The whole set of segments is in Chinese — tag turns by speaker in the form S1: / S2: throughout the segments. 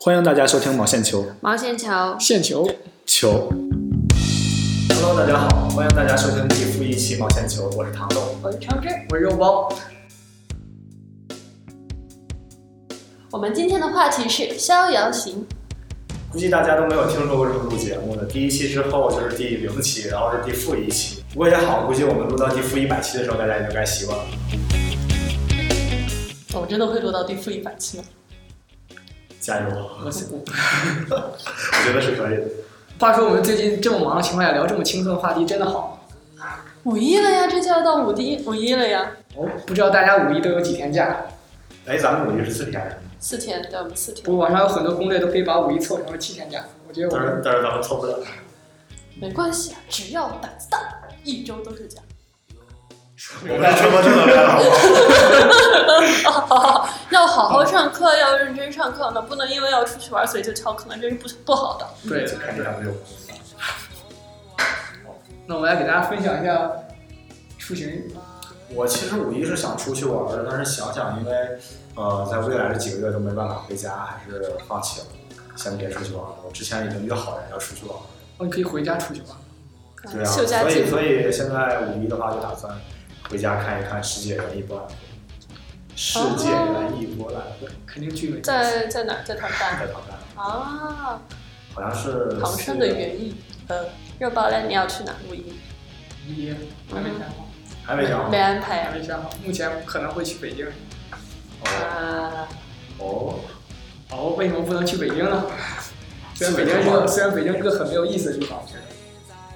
S1: 欢迎大家收听毛线球
S2: 毛线球，
S3: 线球，
S1: 球。Hello，大家好，欢迎大家收听第负一期毛线球，我是唐总。
S2: 我是超志。
S3: 我是肉包。
S2: 我们今天的话题是逍遥行，
S1: 估计大家都没有听说过这么录节目的，第一期之后就是第零期，然后是第负一期。不过也好，估计我们录到第负一百期的时候，大家也就该习惯了。
S3: 我真的会录到第负一百期吗？
S1: 加 油，我
S3: 我是不。
S1: 觉得是可以的。
S3: 话说我们最近这么忙的情况下聊这么轻松的话题真的好。
S2: 五一了呀，这就要到五一五一了呀，
S3: 哦，不知道大家五一都有几天假？
S1: 哎，咱们五一是四天，
S2: 四天，对，我们四
S3: 不
S2: 天，
S3: 过网上有很多攻略都可以把五一凑成了七天假。我觉得我
S1: 但是
S3: 们
S1: 但是咱们凑不了。
S2: 没关系，啊只要胆子大，一周都是假。
S1: 我们这么这么来好不好？
S2: 要好好上课，要认真上课呢，不能因为要出去玩所以就翘课，那这是不不好的。
S3: 对，
S1: 看你俩没有。
S3: 那我们来给大家分享一下出行。
S1: 我其实五一是想出去玩的，但是想想因为呃，在未来的几个月都没办法回家，还是放弃了，先别出去玩了。我之前已经约好人要出去玩了，
S3: 哦，你可以回家出去玩。
S1: 对啊，
S2: 休假
S1: 所
S2: 季
S1: 以所以现在五一的话就打算回家看一看世界园艺博览会，世
S2: 哦
S1: 界园艺博览会
S3: 肯定去美。
S2: 在在哪儿？在唐山
S1: 在唐山，
S2: 啊，
S1: 好像是
S2: 唐山的园艺。呃，热爆嘞，你要去哪儿？五一
S3: 一还没想好，
S1: 还没讲
S2: 没安排啊
S3: 还
S2: 呀？
S3: 没想好，目前可能会去北京。
S1: 哦
S2: 啊，
S1: 哦，
S3: 哦，为什么不能去北京呢？虽然北京是个，虽然北京是个很没有意思的地方，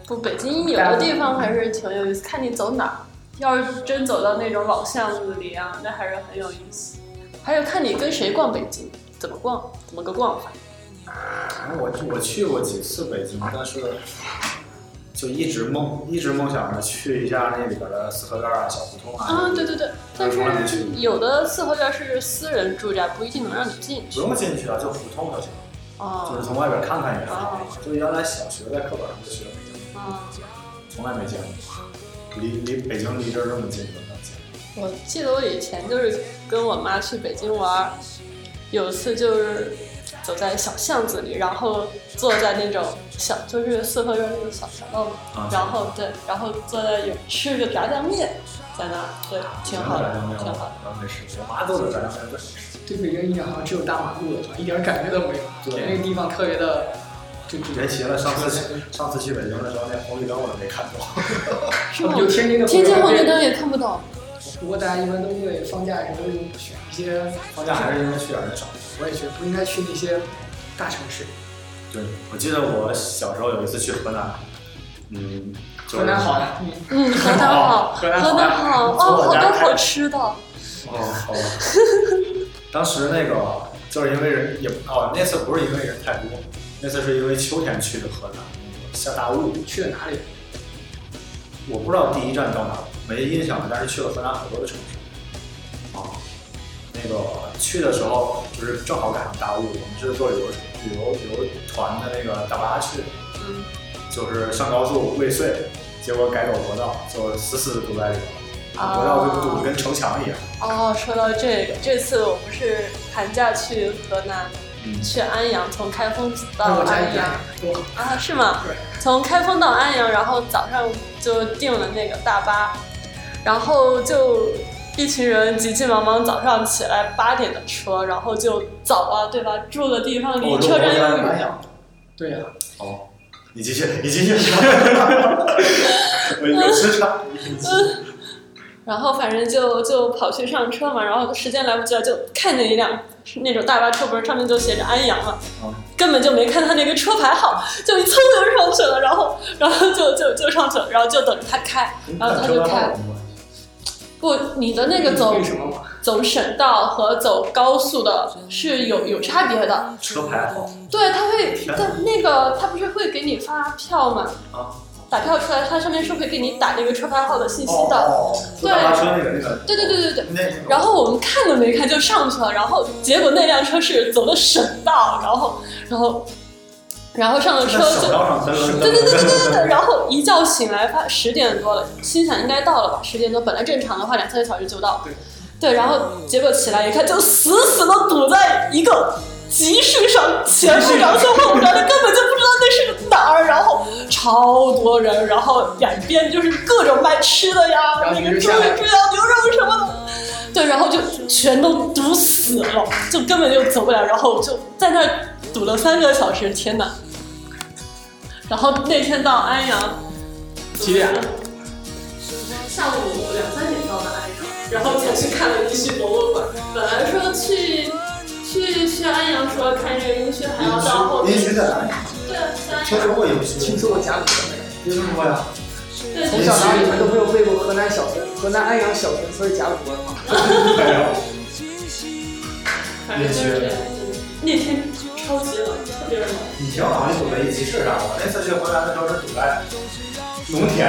S2: 不，北京有的地方还是挺有意思，看你走哪儿。要是真走到那种老巷子里啊，那还是很有意思。还有看你跟谁逛北京，怎么逛，怎么个逛法。
S1: 反哎正我我去过几次北京，但是就一直梦一直梦想着去一下那里边的四合院啊、小胡同
S2: 啊，对对对，但是
S1: 从来没去过
S2: 有的四合院是私人住宅，不一定能让你进
S1: 不
S2: 去。
S1: 用进去啊，就普通就行，就是
S2: 哦，
S1: 从外边看看也好
S2: 哦。
S1: 就是原来小学在课本上就学，
S2: 啊，
S1: 从来没见过。离离北京离这儿这么近，怎么近？
S2: 我记得我以前就是跟我妈去北京玩儿，有一次就是走在小巷子里，然后坐在那种小就是四合院那种小小道嘛，
S1: 啊
S2: 然后对，然后坐在有吃个炸酱面，在那儿对，挺好的，挺好的。
S1: 然后没事，我妈做的炸酱面不是。
S3: 对北京印象好像只有大马路了，一点感觉都没有。
S1: 对
S3: 那个地方特别的，就就
S1: 别提了，上次 上次去北京的时候，那红绿灯我都没看懂。
S2: 是
S3: 我
S2: 吗
S3: 啊们就天津的
S2: 天津红绿
S3: 对
S2: 灯也看不懂，
S3: 不过大家一般都会放假的时候就选一些，
S1: 放假还是因为去人少。
S3: 我也觉得不应该去那些大城市。
S1: 对，我记得我小时候有一次去河南，嗯，就是
S3: 河南好呀，嗯
S2: 嗯，河南好，
S3: 河
S2: 河
S3: 南好
S2: 南好，
S1: 从
S2: 哦，
S1: 我
S2: 好
S1: 家
S2: 多
S1: 开
S2: 好吃的，
S1: 哦，好吧。 当时那个就是因为人也哦，那次不是因为人太多，那次是因为秋天去的河南，下大雾，
S3: 你去了哪里？
S1: 我不知道第一站到哪儿，没印象了，但是去了河南好多个城市。啊，那个去的时候就是正好赶上大雾，我们是坐旅游旅游旅游团的那个大巴去的，
S2: 嗯，
S1: 就是上高速未遂，结果改走国道，就死死的堵在里头，国道就堵得跟城墙一样。
S2: 哦，说到这个，这次我不是寒假去河南，
S1: 嗯
S2: 去安阳，从开封
S3: 那
S2: 到
S3: 哦我家
S2: 安
S3: 里
S2: 阳
S3: 多好。
S2: 啊，是吗？
S3: 对，
S2: 从开封到安阳，然后早上就订了那个大巴，然后就一群人急急忙忙早上起来八点的车，然后就早啊，对吧？住的地方哦离
S1: 我
S2: 车站又
S1: 南
S2: 远，
S1: 阳。
S3: 对啊呀、
S1: 哦，你继续，你继续。我有时差，你继续
S2: 然后反正就就跑去上车嘛，然后时间来不及了，就看见一辆那种大巴车，不是上面就写着安阳嘛，
S1: 嗯
S2: 根本就没看他那个车牌号，就一蹭就上去了，然后然后就就就上去了，然后就等着他开，然后他就开。不，你的那个走
S3: 为什么嘛？
S2: 走省道和走高速的是有有差别的，
S1: 车牌号
S2: 对，他会
S1: 天哪
S2: 他那个他不是会给你发票嘛，
S1: 啊，
S2: 打票出来，它上面是会给你打那个车牌号的信息
S1: 哦
S2: 的，
S1: 哦，坐大巴车那个那个，
S2: 对对对对对。
S1: 那
S2: 然后我们看都没看就上去了，然后结果那辆车是走的省道，然后然后然后上了
S1: 那
S2: 车就
S1: 省道上蹬
S2: 对对对对
S1: 对
S2: 对 对，然后一觉醒来发十点多了，心想应该到了吧，十点多本来正常的话两三个小时就到，对，然后结果起来一看就死死的堵在一个集市上前不着村后不着店，根本就不知道那是哪儿，然后超多人，然后两边就是各种卖吃的呀，
S3: 然
S2: 那
S3: 后
S2: 个猪
S3: 你就下来
S2: 猪腰牛肉什么的。对，然后就全都堵死了，就根本就走不了，然后就在那儿堵了三个小时，天哪！然后那天到安阳，
S3: 几点？
S2: 上午两三点到的安阳，然后才去看了殷墟博物馆。本来说去去去安阳，说看这个殷墟，还要到后
S1: 殷
S2: 面。
S1: 墟在哪里？
S2: 对，去安
S1: 听
S2: 阳。
S1: 说过殷
S3: 听
S1: 墟？
S3: 说过甲骨文没
S1: 听
S3: 有？
S1: 说过呀。
S2: 对，
S3: 从
S2: 对
S3: 小到大你们都没有背过河南小村、河南安阳小村村甲骨文吗？
S1: 没有。
S2: 反正就是这样。就是那天超级冷，特别冷。
S1: 你挺好，你堵在一集市上。我那次去河南的时候是堵在农田，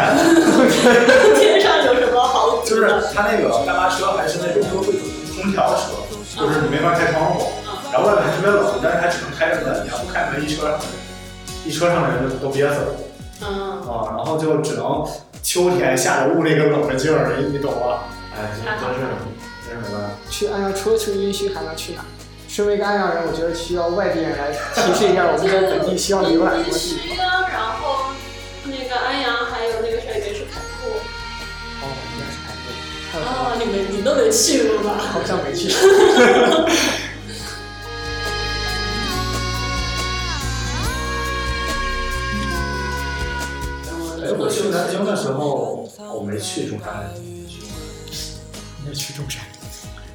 S2: 天上有什么好
S1: 就
S2: 吃
S1: 是
S2: 的？
S1: 他那个大巴车还是那种会空调车，就是你没法开窗户，然后外面还特别冷，但是它只能开着门，你要不开门，一车上一车上的人就都憋死了
S2: 嗯，
S1: 啊，然后就只能秋天下着雾那个冷的劲儿，你你懂吗？哎，真真是真是没办法。
S3: 去安阳除了去殷墟还能去哪儿？身为一个安阳人，我觉得需要外地人来提示一下我们在本地需要浏览什么地方。
S2: 区啊，然后那个安阳，还有那个谁，梅市凯库。
S3: 哦，应该是海淀，还有什么？
S2: 啊，你们你都没去过吧？
S3: 好像没去。
S1: 哎，我去南京的时候，我没去中山，
S3: 没去中山，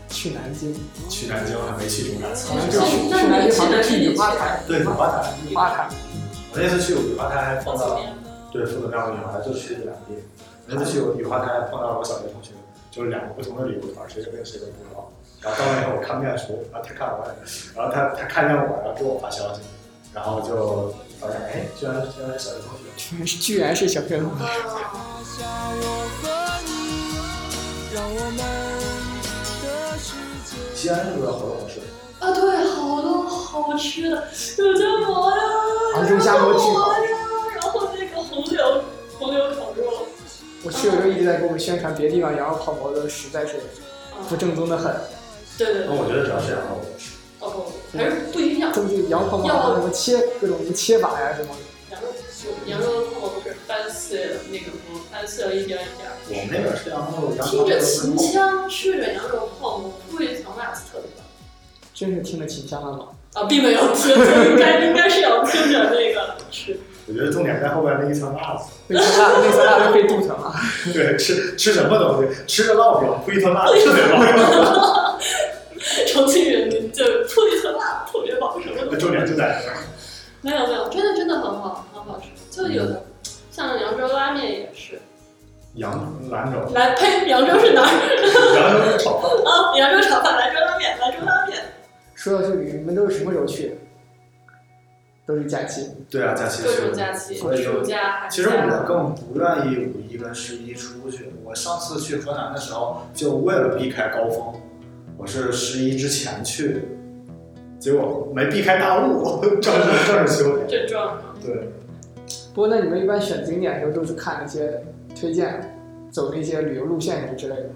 S3: 去南京，
S1: 去南京还没去中山，
S3: 好像就去去南京旁边去雨花台，
S1: 对，五花台。
S3: 雨花台。
S1: 我那次去雨花台还碰到，
S2: 边。
S1: 对，父子庙女孩就去两地。那次去雨花台还碰到了我小学同学，就是两个不同的旅游团，谁跟谁都不知道。然后到那以后我看不见书，然后他看我，然后他他看见我，然后给我发消息，然后就发现哎，居然居然是小学同学。
S3: 居然是居然是小学同学，
S2: 啊，
S1: 西安是不是河口市？
S2: 啊对，好多好吃的，肉夹馍呀，
S3: 杭州夹馍巨好
S2: 肉夹馍呀，然后那个红柳红柳烤肉，
S3: 我室友就一直在给我们宣传别地方羊肉泡馍的实在是
S2: 啊，
S3: 不正宗的很，
S2: 对对
S1: 那
S2: 对，
S1: 我觉得只要是羊肉，我吃。
S2: 哦，还是不一样，
S3: 这不就羊肉泡馍还有什么切各种什么切法呀什么，
S2: 羊肉羊肉泡馍不是翻碎了那个馍，翻碎了一点儿一点儿，
S1: 我们那边吃羊肉，羊
S2: 听
S1: 肉
S2: 着秦腔，吃着羊肉泡馍，味层 last 特别棒。
S3: 真是听着挺香的嘛。
S2: 啊，并没有听，就应该应该是要听着那个吃，
S1: 我觉得重点在后边那一层辣子。
S3: 那次辣那次辣都被肚疼了，
S1: 对，吃吃什么东西？吃着烙饼，铺一层辣子，特别棒。
S2: 重庆人就是特别特辣，特别棒，什么都。
S1: 重点就在这儿。
S2: 没有没有，真的真的很好，很好吃。就有的像扬州拉面也是，
S1: 扬兰州，
S2: 来呸，扬州是哪儿
S1: 扬州是炒饭。
S2: 啊？扬州炒饭，兰州拉面，兰州拉面。
S3: 说到这里，你们都是什么时候去的？都是假期，
S1: 对啊，假期
S2: 各种
S1: 是。
S2: 假期，
S1: 所以就
S2: 暑假、寒假。
S1: 其实我更不愿意五一跟十一出去。我上次去河南的时候，就为了避开高峰，我是十一之前去的，结果没避开大雾， 正是正是休息。
S2: 症状嘛，
S1: 对，
S3: 不过那你们一般选景点的时候都是看那些推荐，走那些旅游路线什么之类的。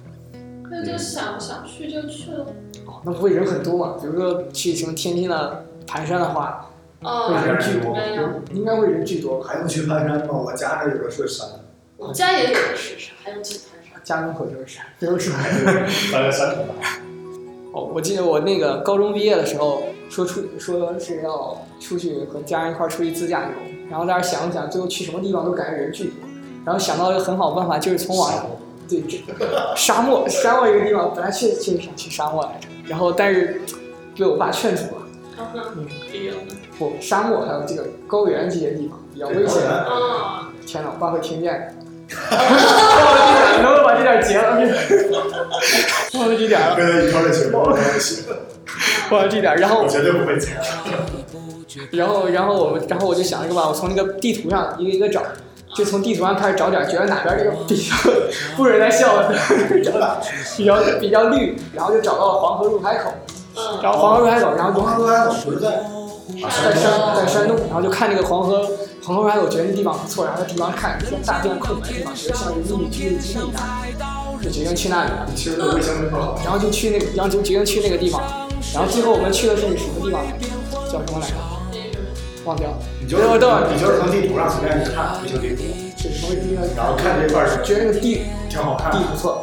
S2: 那就想想去就去了。
S3: 哦，那不会人很多嘛？比如说去什么天津的盘山的话，会
S2: 哦，
S3: 人巨多，
S2: 哎呀
S3: 应该会人巨多。
S1: 还用去攀山吗？我家那有个是山，
S2: 我家也有个试试，还有去盘山。
S3: 家门口就是 山，比如说，
S1: 翻山头
S3: 哦，我记得我那个高中毕业的时候，说出说是要出去和家人一块儿出去自驾游，然后在那儿想了想，最后去什么地方都感觉人巨多，然后想到一个很好的办法，就是从网上对，这沙漠，沙漠一个地方，本来确确实想去沙漠来着，然后但是被我爸劝阻了。
S2: 嗯哼，旅游呢？
S3: 不，沙漠还有这个高原这些地方比较危险。
S2: 啊，
S3: 天哪，我爸会听见。能不能把这点截了？忘了这点了，
S1: 跟他一块儿去，我跟他一 起，
S3: 忘了这点。然后
S1: 我，绝对不会接。
S3: 然后，然后我们，然后我就想着吧，我从那个地图上一个一个找，就从地图上开始找点，觉得哪边这个比较不准在笑了，找哪比较比较绿，然后就找到了黄河入海口，
S2: 嗯，
S3: 然后黄河入海口，然后就
S1: 黄河湾我不是在啊
S3: 在
S1: 山
S3: 山
S1: 东，
S3: 在山东，然后就看这个黄河黄河湾，我觉得那地方不错，然后那地方看一片大片空白的地方，觉得像是秘密基地基地一样，就决定去那里了。
S1: 其实对卫生没多好。
S3: 然后就去那个，然后就决定去那个地方。然后最后我们去的是什么地方呢？叫什么来着？忘掉了。
S1: 你就是
S3: 我等会儿
S1: 你就是从地图上随便去看地球地图，
S3: 是什么地方？
S1: 然后看这块是
S3: 觉得那个地
S1: 挺好看
S3: 地
S1: 的，
S3: 不错，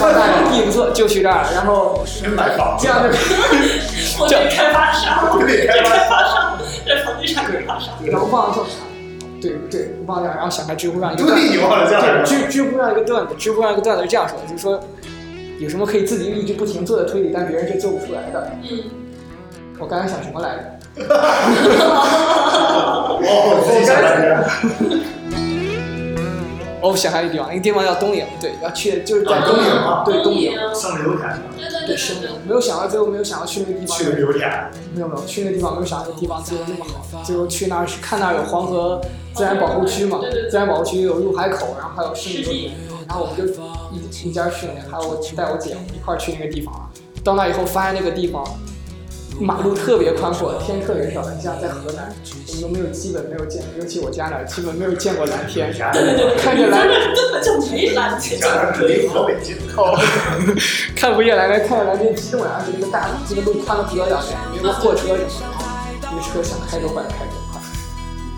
S3: 那地不错，就去这儿了。然后
S1: 跟买房
S3: 这样就，
S2: 我
S3: 这
S2: 得开发商，
S1: 就得开
S2: 这
S1: 发
S2: 开发商，这房地产开发商。
S3: 然后忘了叫啥，对对，忘掉了。然后想开知乎上一个段
S1: 对，
S3: 子，
S1: 你忘了这
S3: 对，
S1: 样。
S3: 知知乎上一个段子，知乎上一个段子是这样说的，就是说有什么可以自己一直不停做的推理，但别人是做不出来的。
S2: 嗯，
S3: 我刚才想什么来着？
S1: 哦，自己想来着。
S3: 哦，想还有一个地方，那个地方叫东营，对，要去就是在
S1: 啊
S3: 东营，
S1: 东营啊
S3: 对东
S2: 营，，
S3: 营
S1: 剩留田了，
S2: 对对对
S3: 对深
S2: 对
S3: 营。没有想到最后没有想到去那个地方，
S1: 去留田，
S3: 没有没有去那个地方没有想到那个地方最后那么好，最后去那儿是看那儿有黄河自然保护区嘛
S2: 对对，对
S3: 自然保护区有入海口，然后还有
S2: 对，
S3: 狮
S2: 是
S3: 子
S2: 地
S3: 林，，然后我们就一一家去了，还有我带我姐一块儿去那个地方啊，到那以后发现那个地方。马路特别宽阔，天特别少。你像在河南，我们都没有基本没有见，尤其我家那儿基本没有见过蓝 天。
S1: 啥？
S2: 对对对，
S3: 看着
S2: 咱
S3: 蓝
S2: 这根本就没蓝天。
S1: 加上是离河北近，
S3: 看不见来来看着来这激动呀，这个大这个路宽了比较两边，没有个货车什么的，这个车想开多快开多快。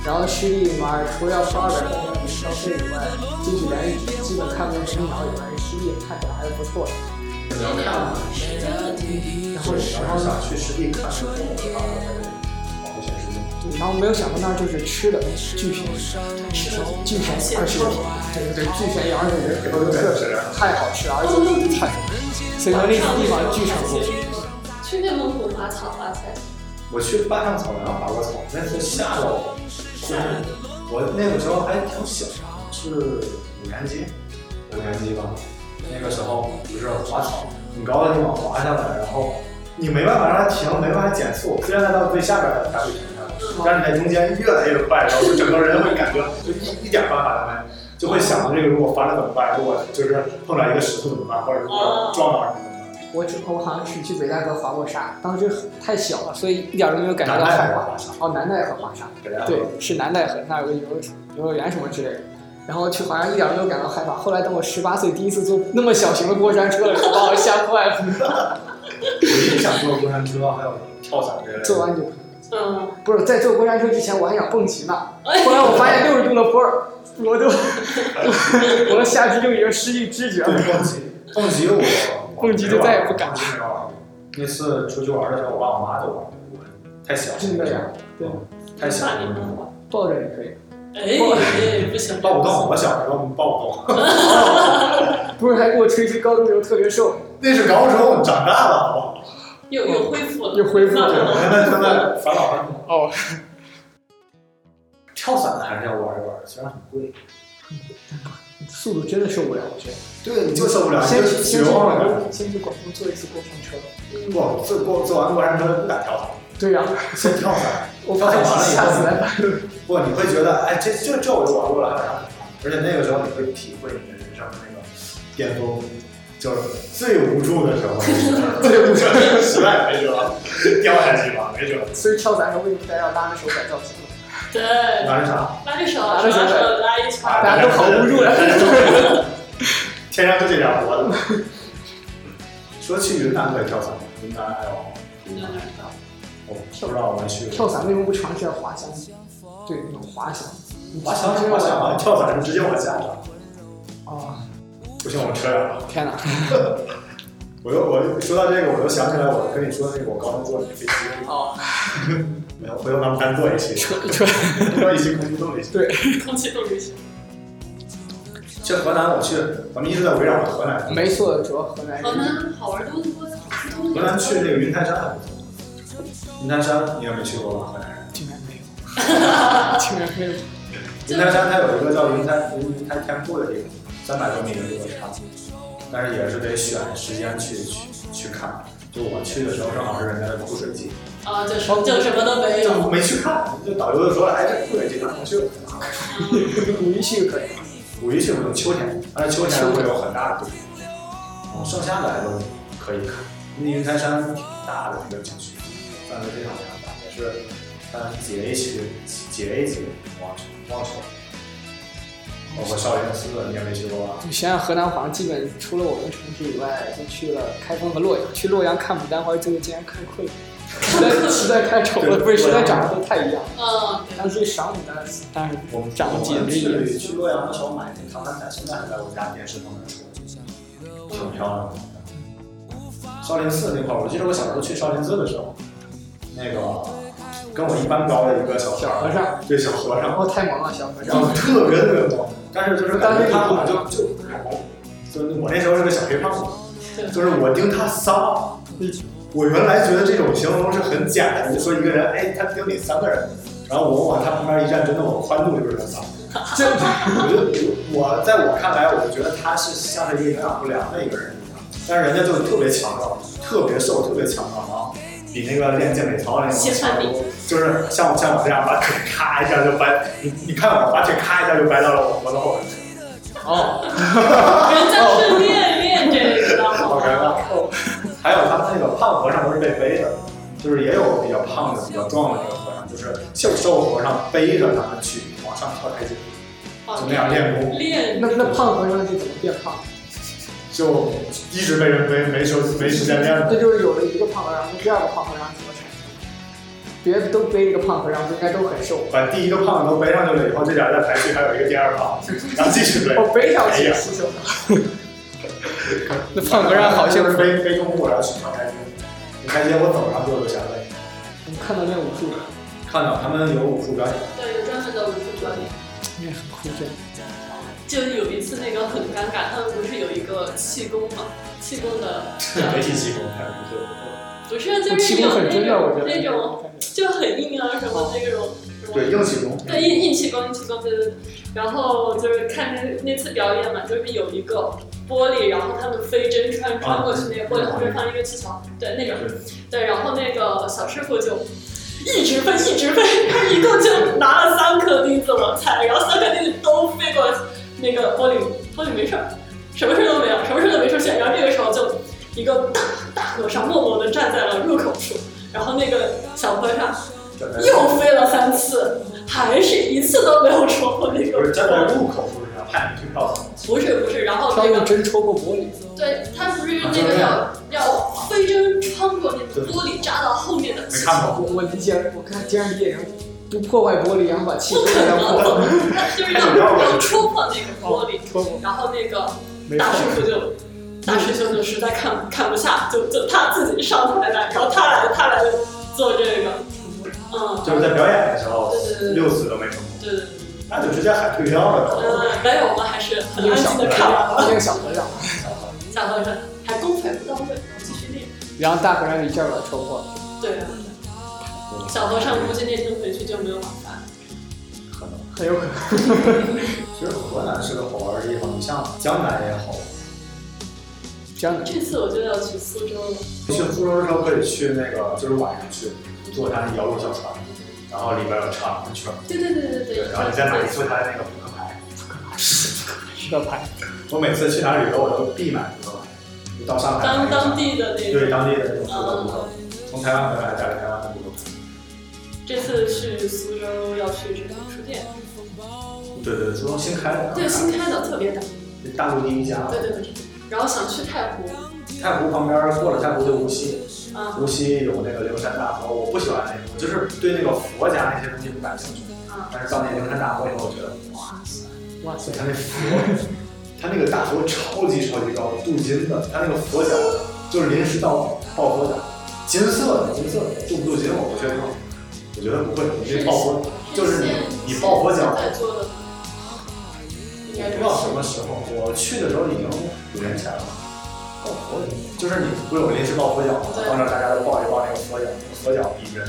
S3: 然后湿地里面除了要刷点公园里消费以外，进去连基本看不见什么鸟以外，湿地看起来还是不错的。
S1: 你要看，
S3: 然后
S1: 或者你
S3: 然
S1: 要是
S3: 后
S1: 想去实地看，保护全世界。
S3: 然后没有想到那儿就是吃的巨便宜，巨便宜二十元，对对对，巨便宜二十元，
S1: 都在吃
S3: 太好吃了，而且太好吃，所以说那地方巨成功。
S2: 去内蒙古滑草滑菜，
S1: 我去坝上草原上爬过草，那次吓到我，就是我那个时候还挺小，是五年级，五年级吧。那个时候不是滑草，很高的地方滑下来，然后你没办法让它停，没办法减速，虽然它到最下边它才会停下来，但是你在中间越来越快，然后就整个人会感觉就一一点办法都没有，就会想到这个如果翻了怎么办，如果就是碰到一个石头怎么办，或者如果撞到什么怎么办，
S3: 我只我好像只去北戴河滑过沙，当时很太小了，所以一点都没有感觉
S1: 南
S3: 到
S1: 戴
S3: 害
S1: 河
S3: 怕。
S1: 滑沙，
S3: 哦，南戴河滑沙，
S1: 给大家
S3: 对，是南戴河，那儿有个游游乐园什么之类的。然后去滑沙一点都没有感到害怕。后来等我十八岁第一次坐那么小型的过山车的时候，把我吓坏了。
S1: 我一直想坐过山车，还有跳伞之类的。
S3: 坐完就
S2: 嗯，
S3: 不是在坐过山车之前我还想蹦极呢，
S2: 哎
S3: 后来我发现六十度的坡儿，我都 我的下肢就已经失去知觉了。
S1: 对蹦极， 蹦极我
S3: 蹦极就再也不敢了
S1: 蹦极没玩过那次出去玩的时候，我爸我妈都玩，我太小了，
S3: 真的呀，对，
S1: 太小
S2: 那你们
S1: 了，
S2: 滑？
S3: 抱着也可以。
S2: 哎，不行，
S1: 抱不动，我小时候抱不动，
S3: 不是还给我吹嘘高中时候特别瘦，
S1: 那是高中，长大了，好不好？
S2: 又又恢复了，
S3: 又恢复了
S1: 对，我
S2: 了。
S1: 现在现在返老还童。
S3: 哦，
S1: 跳伞还是要玩一玩，虽然很贵。
S3: 速度真的受不了，我觉得。
S1: 对，你就受不了，你
S3: 先
S1: 就
S3: 去
S1: 绝
S3: 先去
S1: 望
S3: 广
S1: 了。
S3: 州，先去广州坐一次过山车。
S1: 我坐过坐完过山车不敢跳伞，
S3: 对呀、
S1: 先跳伞。
S3: 我发现下次来吧。
S1: 不，你会觉得，哎，这这这我就玩过了，还有啥好玩？而且那个时候你会体会你的人生的那个巅峰，就是最无助的时候， 最无助的实在 没辙，掉下去吧，没辙。
S3: 所以跳伞的时候为什么大家要拉着手摆造型？
S2: 对，
S1: 玩啥？
S2: 拉着手，拉着手拉一圈儿。
S3: 大家都好无助呀。
S1: 天上就这点活的。说去云南可以跳伞吗？云南还有，
S2: 云南哪儿呢
S1: 我不知道我没去过。
S3: 跳伞为什么不尝试下滑翔？对，那种滑翔。
S1: 滑翔是滑翔吗？啊跳伞是直接往下的。
S3: 啊！
S1: 不行，我扯远了。
S3: 天哪！
S1: 我又我又说到这个，我又想起来我跟你说的那个我高中坐的那飞机，
S3: 哦，
S1: 没有，回头咱们单坐一期，
S3: 车车
S1: 坐一期空中动力。
S2: 空气动力学。
S1: 去河南，我去，咱们一直在围绕着河南。
S3: 没错，主要河南
S2: 河
S3: 人。
S2: 南好玩东西多，好吃东西
S1: 河
S2: 多。
S1: 南去 那个云台山还不错，云台山你也没去过吧？河南人。
S3: 竟然没有，竟然没有。
S1: 云台山它有一个叫云台云台天库的地方，三百多米的一个山，但是也是得选时间去去去看。就我去的时候正好是人家的枯水季，
S2: 啊，就是就什么都没有。
S1: 就没去看。就导游就说：“哎，这枯水季哪能去？
S3: 五一去可以。
S1: 五一去可能秋天，但是秋天会有很大的对比。嗯，剩下的还都可以看。那云台山挺大的一个景区，范围非常非常大，也是它几 A 区几 A 级望城望城，包括少林寺你也没去过吧？
S3: 就想想河南好像基本除了我们城市以外，就去了开封和洛阳。去洛阳看牡丹花，最后竟然看困了。实在实在太丑了，不是实在长得都太一样。
S4: 嗯，对
S3: 但是赏你的，但是
S1: 我们
S3: 长得
S1: 我
S3: 简
S1: 们
S3: 直也
S1: 去去洛阳的时候买那唐三彩，现在还在我家电视旁边出，挺漂亮的。少林寺那块儿，我记得我小时候去少林寺的时候，那个跟我一般高的一个小
S3: 小和尚，
S1: 对小和尚，
S3: 然后太萌了，小和
S1: 然后
S3: 尚。
S1: 特别特别高，但是就是感觉他好像就就不太高，就是我那时候是个小黑胖子，就是我盯他仨，我原来觉得这种形容是很假的，你说一个人，哎，他盯你三个人，然后我往他旁边一站，真的我宽度就是他仨，这我就我在我看来，我觉得他是像是一个营养不良的一个人一样，但是人家就特别强壮，特别瘦，特别强壮啊。比那个练健美操那种
S4: 谢
S1: 强
S4: 范
S1: 度，就是像我像我这样把腿咔一下就掰，你你看我把腿咔一下就掰到了我脖子后面，
S3: 哦，
S4: 人家是练练这个的，好
S1: 好尴尬
S4: 吗？。
S1: 还有他们那个胖和尚都是被背的，就是也有比较胖的、比较壮的那个和尚，就是瘦瘦和尚背着他们去往上跳台阶，就那样练功，
S4: 练
S3: 那那胖和尚是怎么变胖？
S1: 就一直被人没没时没时间练。
S3: 这就是有了一个胖和尚和第二个胖和尚怎么产生的？别的都背一个胖和尚，不应该都很瘦吗？
S1: 把第一个胖的都背上去了以后，这俩再排序还有一个第二胖，然后继续背。
S3: 哦，背上
S1: 哎
S3: 去
S1: 呀，
S3: 是吧？ 那胖和尚好
S1: 就
S3: 像
S1: 是背背中我然后去跳台阶，你台阶我走上就有下背。
S3: 我们看到练武术的，
S1: 看到他们有武术表演，
S4: 对有专门的武术表演。
S3: 也很酷炫。
S4: 就有一次那个很尴尬，他们不是有一个气功嘛？气功的
S1: 媒体气功还是不错。
S4: 不是就
S3: 那
S4: 是
S3: 气
S4: 有
S3: 功很
S4: 那
S3: 真的，我觉
S4: 种
S3: 得
S4: 那种就很硬啊什么那种什么
S1: 对，硬气功。
S4: 对，硬硬气功，硬气功，对对对。然后就是看那那次表演嘛，就是有一个玻璃，然后他们飞针穿穿过去那个玻璃，后面放一个气球，对那种，对。然后那个小师傅就一直飞，一直飞，他一共就拿了三颗钉子我猜，然后三颗钉子都飞过那个玻璃，玻璃没事儿，什么事都没有，什么事都没出现。然后这个时候就一个大大和尚默默地站在了入口处，然后那个小和尚。
S1: 站在
S4: 又飞了三次，还是一次都没有戳破那
S1: 不
S4: 个
S1: 是站在入口处是吧？怕你听到。
S4: 不是不是，然后
S3: 他
S4: 那
S3: 用
S4: 个
S3: 针戳过玻璃，
S4: 对他不是那个要要飞针穿过那个玻璃，扎到后面的
S1: 没
S4: 气
S1: 看
S4: 球，
S1: 过，
S3: 我我理解，我看竟然理解成不破坏玻璃，然后把气球给它破了，
S4: 他就是要要戳破那个玻璃，
S3: 哦戳过，
S4: 然后那个
S3: 没
S4: 大师
S3: 破。
S4: 傅就。大师兄就实在看看不下，就就他自己上台来，然后他来他来做这个，嗯，
S1: 就是在表演的时候
S4: 对对对
S1: 六次都没成功，
S4: 对对对，
S1: 那就直接喊退票了都。
S4: 嗯，没有，我们还是很安静的看完了。
S3: 那个小和尚，
S4: 小和尚还功夫也不到位，继续练。
S3: 然后大和尚一下把它戳破了。
S4: 对啊，小和尚估计那天回去就没有晚饭。
S1: 可能
S3: 很有可能，
S1: 其实河南是个好玩的地方，你像江南也好，
S3: 这样的
S4: 这次我就要去苏州了，
S1: 去苏州的时候可以去那个，就是晚上去坐他那摇橹小船，然后里边有唱一圈，
S4: 对对对对对
S1: 然后你再买一副他的那个扑克牌。
S3: 是个牌，
S1: 我每次去哪旅游，我都必买扑克牌，就到上海买
S4: 当
S1: 一张
S4: 当地嗯的那
S1: 对
S4: 个，
S1: 当地的那种苏州扑克，从台湾回来还带了台湾的扑克。
S4: 这次去苏州要去这个艺术店，
S1: 对对，对苏州新开的，
S4: 对，新开的特别大，
S1: 大陆第一家。
S4: 对对对。然后想去太湖，
S1: 太湖旁边儿过了太湖就无锡，
S4: 啊
S1: 无锡有那个灵山大佛，我不喜欢那个，我就是对那个佛家那些东西不感兴趣。
S4: 啊，
S1: 但是到那灵山大佛以后，我觉得哇塞，
S3: 哇塞，
S1: 他那佛，他那个大佛超级超级高，镀金的，他那个佛脚就是临时抱抱佛脚，金色的金色的，镀不镀金我不确定，我觉得不会，你这抱佛就是你你抱佛脚
S4: 现。在做的，应该
S1: 不
S4: 是
S1: 知道什么时候，我去的时候已经五年前了。抱佛脚，就是你不是有临时抱佛脚吗？
S4: 对
S1: 到那儿大家都抱一抱那个佛脚，佛脚比人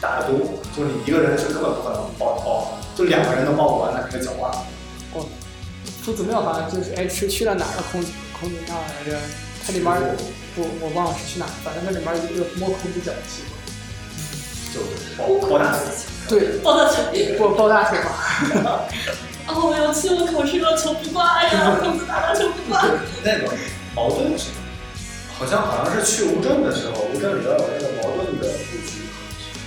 S1: 大得多，就是你一个人是根本不可能抱抱，就两个人能抱不完的那个脚腕。
S3: 夫子庙好像就是哎，是去了哪儿的孔子孔子庙来着？它里边儿我我忘了是去哪儿，反正它里边儿有一个摸孔子脚的习惯。
S1: 就是抱抱大腿，
S3: 对，
S4: 抱到腿，
S3: 抱抱大腿嘛，
S4: 啊，我有期我考试了，球不挂
S2: 哎
S4: 呀，孔子打打球不挂，
S1: 那个矛盾是，好像好像是去乌镇的时候，乌镇里边有那个矛盾的布局，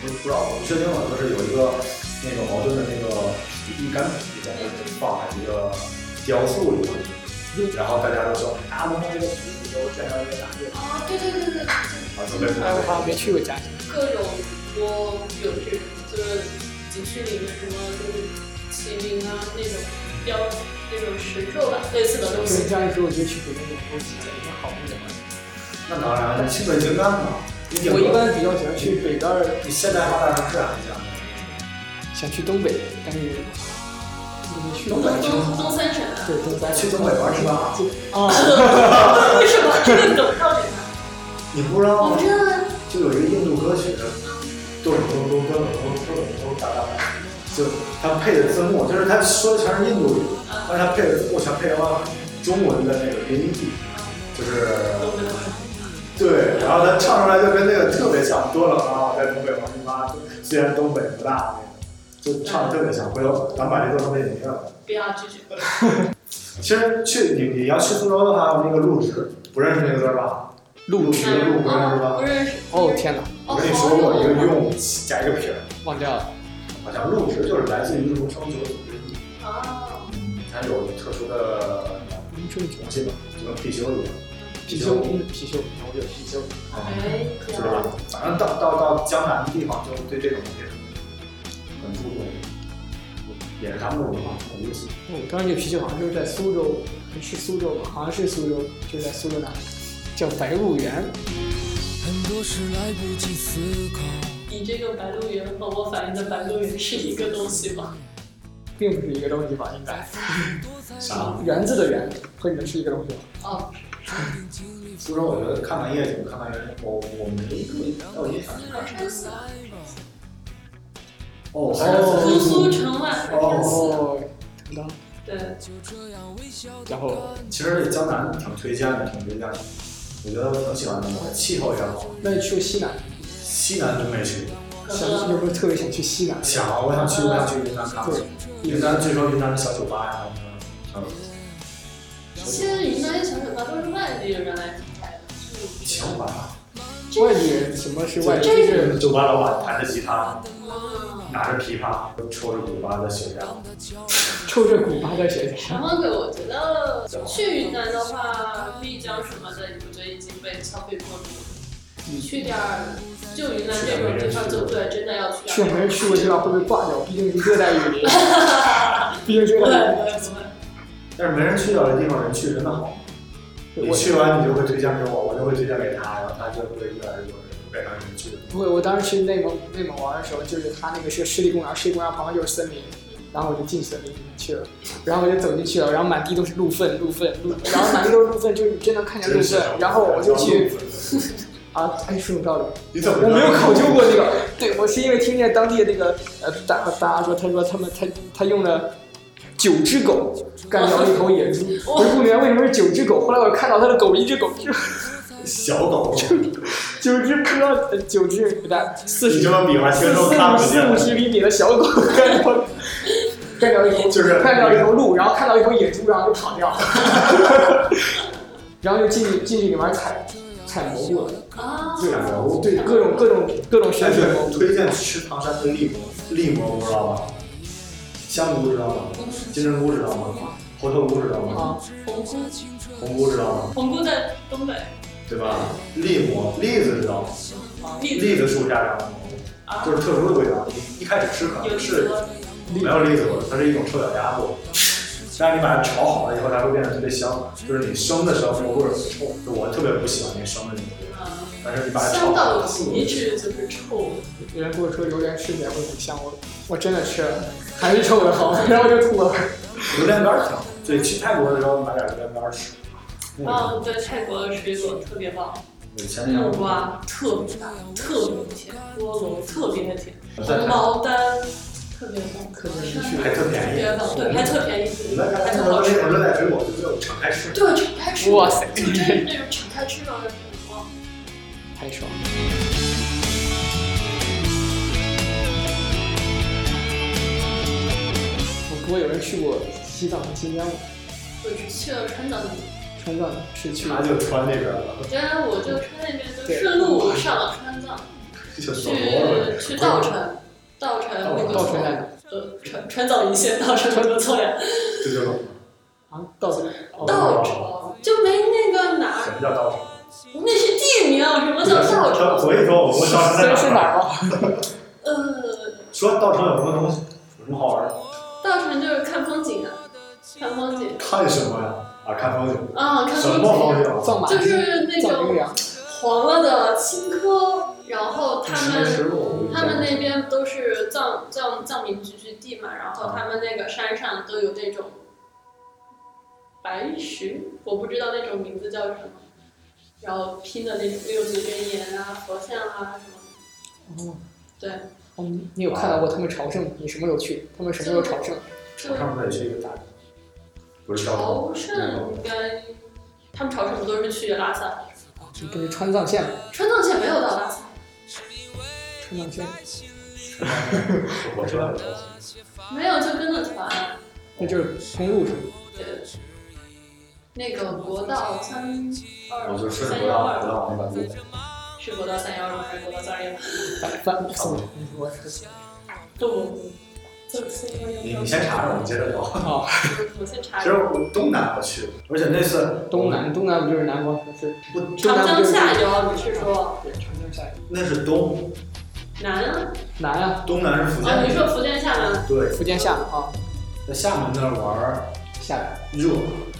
S1: 不是不知道我不确定了，就是有一个那个矛盾的那个比例杆比在那儿放在一个雕塑里头。然后大家都说啊，我们这个五子洲在那边打猎，
S4: 啊，对对对对对，
S1: 好像被
S3: 哎，我好像没去过嘉兴。
S4: 各种多有趣，就是景区里面什么就是骑兵啊那种雕那种石兽吧类似的
S3: 对，
S4: 东西
S3: 这。样一说，我觉得去北京也不是简直好无聊。
S1: 那当然，你去北京干嘛？你顶
S3: 我一
S1: 多
S3: 般比较喜欢去北边儿，
S1: 你现代化大城市还讲
S3: 想去东北，但是没去
S1: 东
S3: 过
S1: 北。
S4: 东东三省啊，
S3: 对，东北
S1: 去东北玩去吧
S3: 啊，
S4: 为什么这个懂道理呢？
S1: 你不知道
S4: 我
S1: 吗
S4: 不？知道啊，
S1: 就哦有一个印度歌曲，咚咚咚咚咚咚咚哒哒，就它配的字幕，就是它说的全是印度语，但是它配的字幕全配到中文的那个音译，就是
S4: 我不知道。
S1: 对，然后他唱出来就跟那个特别像，多冷啊！我在东北王一妈，虽然东北不大，那个就唱的特别像。回头咱们把这做成背景音乐。
S4: 不要拒绝。
S1: 其实去你你要去苏州的话，那个入职不认识那个字儿吧？
S3: 陆
S1: 这个路不认识吧
S4: 啊不认识。
S3: 哦天哪，
S4: 哦，
S1: 我跟你说过一个
S4: 好有
S1: 用加一个撇儿，
S3: 忘掉了。
S1: 好像入职就是来自于荣升九祖之一，
S4: 啊，
S1: 它有特殊的
S3: 嗯，这么久
S1: 东西吧，就跟貔貅一样。
S3: 貔貅，嗯，貔貅，我有貔貅。
S4: 哎，可以
S1: 就是
S4: 了
S1: 反正到到到江南的地方，就对这种东西很注重，也是他们的文化，很有意思。
S3: 我当时嗯那貔貅好像就是在苏州，是苏州吗？好像是苏州，就是在苏州哪里，叫白鹿原。
S5: 很多事来不及思考，
S4: 你这个白鹿原和我反映的白鹿原是一个东西
S1: 哦
S4: 吗？
S3: 并不是一个东西吧？应该，
S1: 啥？
S3: 园子的园和你们是一个东西吧？
S4: 哦，
S1: 苏州，我觉得看看夜景，看看人，我我没没有印象。
S4: 南山寺，
S1: 哦，
S3: 哦
S4: 姑苏城外南山寺。
S3: 哦，等等，
S4: 对，
S5: 就这样微笑地
S3: 然后
S1: 其实江南挺推荐的，挺推荐的。我觉得我挺喜欢的，气候也好。
S3: 那你去过西南？
S1: 西南真没去，
S4: 可
S3: 想
S4: 乐
S3: 有没有特别想去西南？
S1: 想啊，我想去，我想去云南看看
S3: 对。
S1: 云南据说云南的小酒吧呀，嗯，
S4: 现在云南小酒吧都是外地人来开的，
S1: 行吧。
S3: 外地人什么是外地？
S4: 这
S3: 就是
S1: 酒吧老板弹着吉他，
S4: 嗯，
S1: 拿着琵琶，抽着古巴的雪茄。
S3: 抽着古巴在学
S4: 然后给我觉得去云南的话，丽江什么的，我觉得已经被消费过度了。你去点儿，就云南这种地方，就对，真的要去
S3: 去
S4: 点儿。
S3: 没人去过地方会被挂掉，毕竟是热带雨林，毕竟是
S4: 不
S3: 热
S4: 会
S3: 带雨
S4: 不会不会，
S1: 但是没人去到的地方，人去真的好。
S3: 林。
S1: 你
S3: 我
S1: 去完，你就会推荐给我，我就会推荐给他，然后他就会越来越多人，越来越人去。
S3: 不会，我当时去内蒙内蒙玩的时候，就是它那个是湿地公园，湿地公园旁边就是森林，然后我就进森林里面去了，然后我就走进去了，然后满地都是鹿粪，鹿粪，鹿，然后满地都是鹿粪，就是你真能看见鹿
S1: 真是
S3: 粪，然后我就去。啊，哎，是有道理，
S1: 你怎么知
S3: 我
S1: 道？
S3: 没有考究 过这个，对我是因为听见当地的那个呃大大家说，他说他们他他用了九只狗干掉了一头野猪，我就不明白为什么是九只狗，后来我看到他的狗一只狗就
S1: 小狗，
S3: 九只不知道呃九只不对四
S1: 你
S3: 十
S1: 这么比划，听
S3: 四
S1: 众看不
S3: 四
S1: 见
S3: 五。十厘米的小狗干掉干掉一头
S1: 就是
S3: 干掉一头鹿，然后看到一头野猪，然后就跑掉， 然后就进去进去里面采采蘑菇了，
S4: 啊，
S1: 对蘑菇，
S3: 对各种各种各种神
S1: 哎
S3: 奇的蘑
S1: 对，
S3: 菇。
S1: 推荐吃唐山的栗蘑，栗蘑不知道吧？香菇知道吗？金针菇知道吗？猴头菇知道吗？
S3: 啊，
S4: 红菇，
S1: 红菇知道吗？
S4: 红菇在东北，
S1: 对吧？栗蘑，栗子知道吗？
S4: 栗子
S1: 栗子树下长的蘑菇，
S4: 啊，
S1: 就是特殊的味道。你一开始吃可
S4: 有
S1: 能
S4: 栗子
S1: 是
S4: 吗
S1: 没有栗子味，它是一种臭脚丫子味。但是你把它炒好了以后，它会变得特别香。就是你生的时候，蘑菇是臭，就我特别不喜欢那生的蘑菇。
S4: 啊，
S1: 但是你把它炒好
S4: 香到
S1: 了，
S4: 极致就是臭。
S3: 有人跟我说榴莲吃起来会很香，我我真的吃了，还是臭的好，然后就吐了。
S1: 榴莲干儿挺好。对，去泰国的时候买点榴莲干儿吃。那个
S4: 啊，在泰国的水果特别棒，
S1: 我前几天
S4: 木
S2: 啊
S4: 瓜特别大，特别甜，菠萝特别甜，
S1: 我在泰
S4: 红毛丹特别棒，
S3: 特别是
S1: 国还特便
S4: 特
S1: 宜。
S2: 啊
S4: 别棒，对，还特便宜，还特
S1: 我
S4: 好
S1: 那
S4: 吃
S1: 会。儿热带水果就有常开吃。
S4: 对，敞开吃，
S3: 哇塞
S4: 就真是那种敞开吃法的火锅。
S3: 太爽了。我不过有人去过西藏和新疆吗？
S4: 我只去了川藏那边，
S3: 川藏是去
S1: 他就穿那边了，
S4: 原来我就川那边就顺路上了川藏，
S1: 就走多了。
S4: 去去稻城，稻城那个
S3: 稻城在哪？
S4: 呃川川藏一线，稻城我说错呀。
S1: 这就
S3: 好像到
S4: 道场就没那个哪
S1: 什
S4: 儿，
S1: 么叫道场？
S4: 那是地名，什么叫道场？
S1: 所以说我问道场
S3: 是
S1: 在
S3: 是
S1: 哪
S3: 哪
S1: 儿？
S3: 儿啊 吗？
S4: 呃，
S1: 说道场有什么东西？有什么好玩的？
S4: 道场就是看风景啊，看风景
S1: 看什么呀？啊，看风景。
S4: 啊，看
S1: 什
S4: 风
S1: 么风
S4: 景，
S1: 景啊？
S3: 纵马
S4: 就是那
S3: 纵
S4: 种
S3: 羚羊，
S4: 黄了的青稞，然后他
S1: 石
S4: 们
S1: 石路
S4: 他们那边都是藏藏藏民聚居地嘛，然后他们那个山上都有这种白石，我不知道那种名字叫什么，然后拼的那种六字真言啊、佛像啊什么的，
S3: 哦，
S4: 对，
S3: 哦你你有看到过他们朝圣？你什么时候去？他们什么时候朝圣？
S1: 我
S4: 就
S1: 上次也去一个大城，不是道
S4: 朝圣应该，他们朝圣不都是去拉萨？
S3: 你不是川藏线吗？
S4: 川藏线没有到拉萨，
S3: 川藏线
S1: 场，我说的。
S4: 没有就跟着团，
S3: 那就是公路是吗？
S4: 对，那个国道三二
S1: 我就顺着
S4: 三
S1: 国
S4: 幺
S1: 道国
S4: 二
S1: 道往那边走，
S4: 是国道三幺二 吗？还是国道三二幺？
S3: 反反送你说是
S4: 不不不，就是四幺幺。
S1: 你你先查查，我们接着聊。
S3: 哦，
S4: 我先查
S1: 其
S4: 一
S1: 实
S4: 下。
S1: 我东南我去，而且那次
S3: 东南东南不就是南方城市？
S1: 不
S3: 东
S4: 长
S3: 南
S4: 江
S3: 不就是
S4: 下游，你是说
S3: 对长江下游
S1: 那是东
S4: 南啊？
S3: 南啊，
S1: 东南是福
S4: 哦，你
S1: 建，
S4: 说福建厦门？
S1: 对，
S3: 福建厦门啊，
S1: 在厦门那儿玩儿
S3: 下来
S1: 热，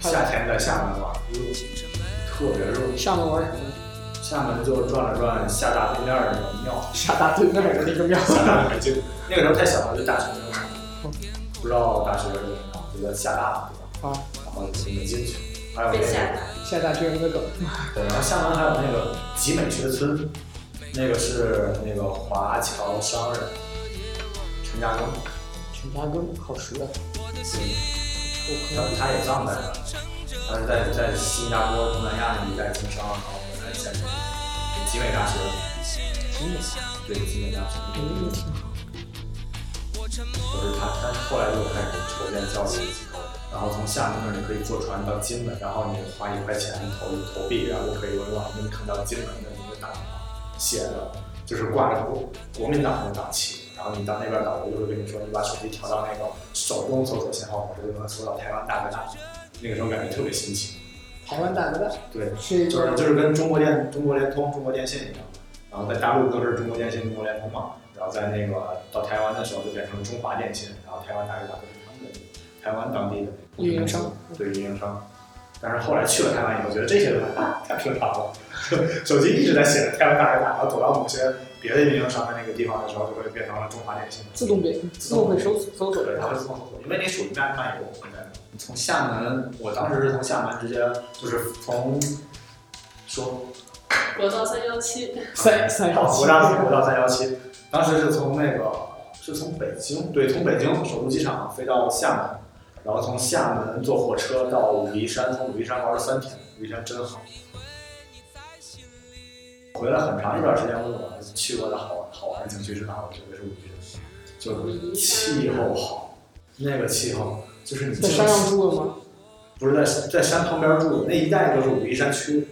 S1: 夏天在厦门玩儿热，特别热。
S3: 厦门玩什么？
S1: 厦门就转了转厦大对面儿那个 庙，
S3: 厦大对面的那个庙，
S1: 厦大北京，那个时候太小了，就大学生，不知道大学生什么，就在厦大，对吧？
S3: 啊，
S1: 然后就没进去，还有那
S4: 被
S1: 个
S4: 吓到。
S3: 厦大居然有个梗，
S1: 对，然后厦门还有那个集美学村，那个是那个华侨商人陈嘉庚，
S3: 陈嘉庚好熟啊，我
S1: 他他也葬在那儿，他是在在新加坡、东南亚那一带经商，然后回来建立集美大学，
S3: 靠，挺美，
S1: 对集美大学，
S3: 名字挺好。
S1: 就是他他后来就开始筹建教育机构，然后从厦门那儿你可以坐船到金门，然后你花一块钱投投币，然后就可以有人往给你看到金门的那个大礼堂写的，就是挂着国国民党的党旗，然后你到那边导游就会跟你说，你把手机调到那个手动搜索信号，我就能搜到台湾大哥大，那个时候感觉特别新奇，
S3: 台湾大哥大
S1: 对，
S3: 是一
S1: 就是
S3: 个
S1: 就是跟中国电、中国联通、中国电信一样，然后在大陆都是中国电信、中国联通嘛，然后在那个到台湾的时候就变成中华电信，然后台湾大哥大就是他们的台湾当地的
S3: 运营商，
S1: 对运营商。但是后来去了台湾以后，觉得这些都太平常了， 手机一直在写着台湾大哥大，然后走到某些别的运营商的那个地方的时候，就会变成了中华电信。
S3: 自动变自动会搜搜索
S1: 对，它会自动搜索，因为你属于慢慢游。从厦门，我当时是从厦门直接就是从说
S4: 国道三幺七，
S3: 三三
S1: 到
S3: 幺七
S1: 国，大国道三幺七，当时是从那个是从北京，对，从北京首都机场飞到厦门，然后从厦门坐火车到武夷山，从武夷山玩了三天，武夷山真好。回来很长一段时间，我去过的好好玩的景区是哪儿？我觉得是武夷山，就是气候好，那个气候就是你
S3: 在
S1: 进
S3: 山上住了吗？
S1: 不是在在山旁边住的那一带都是武夷山区，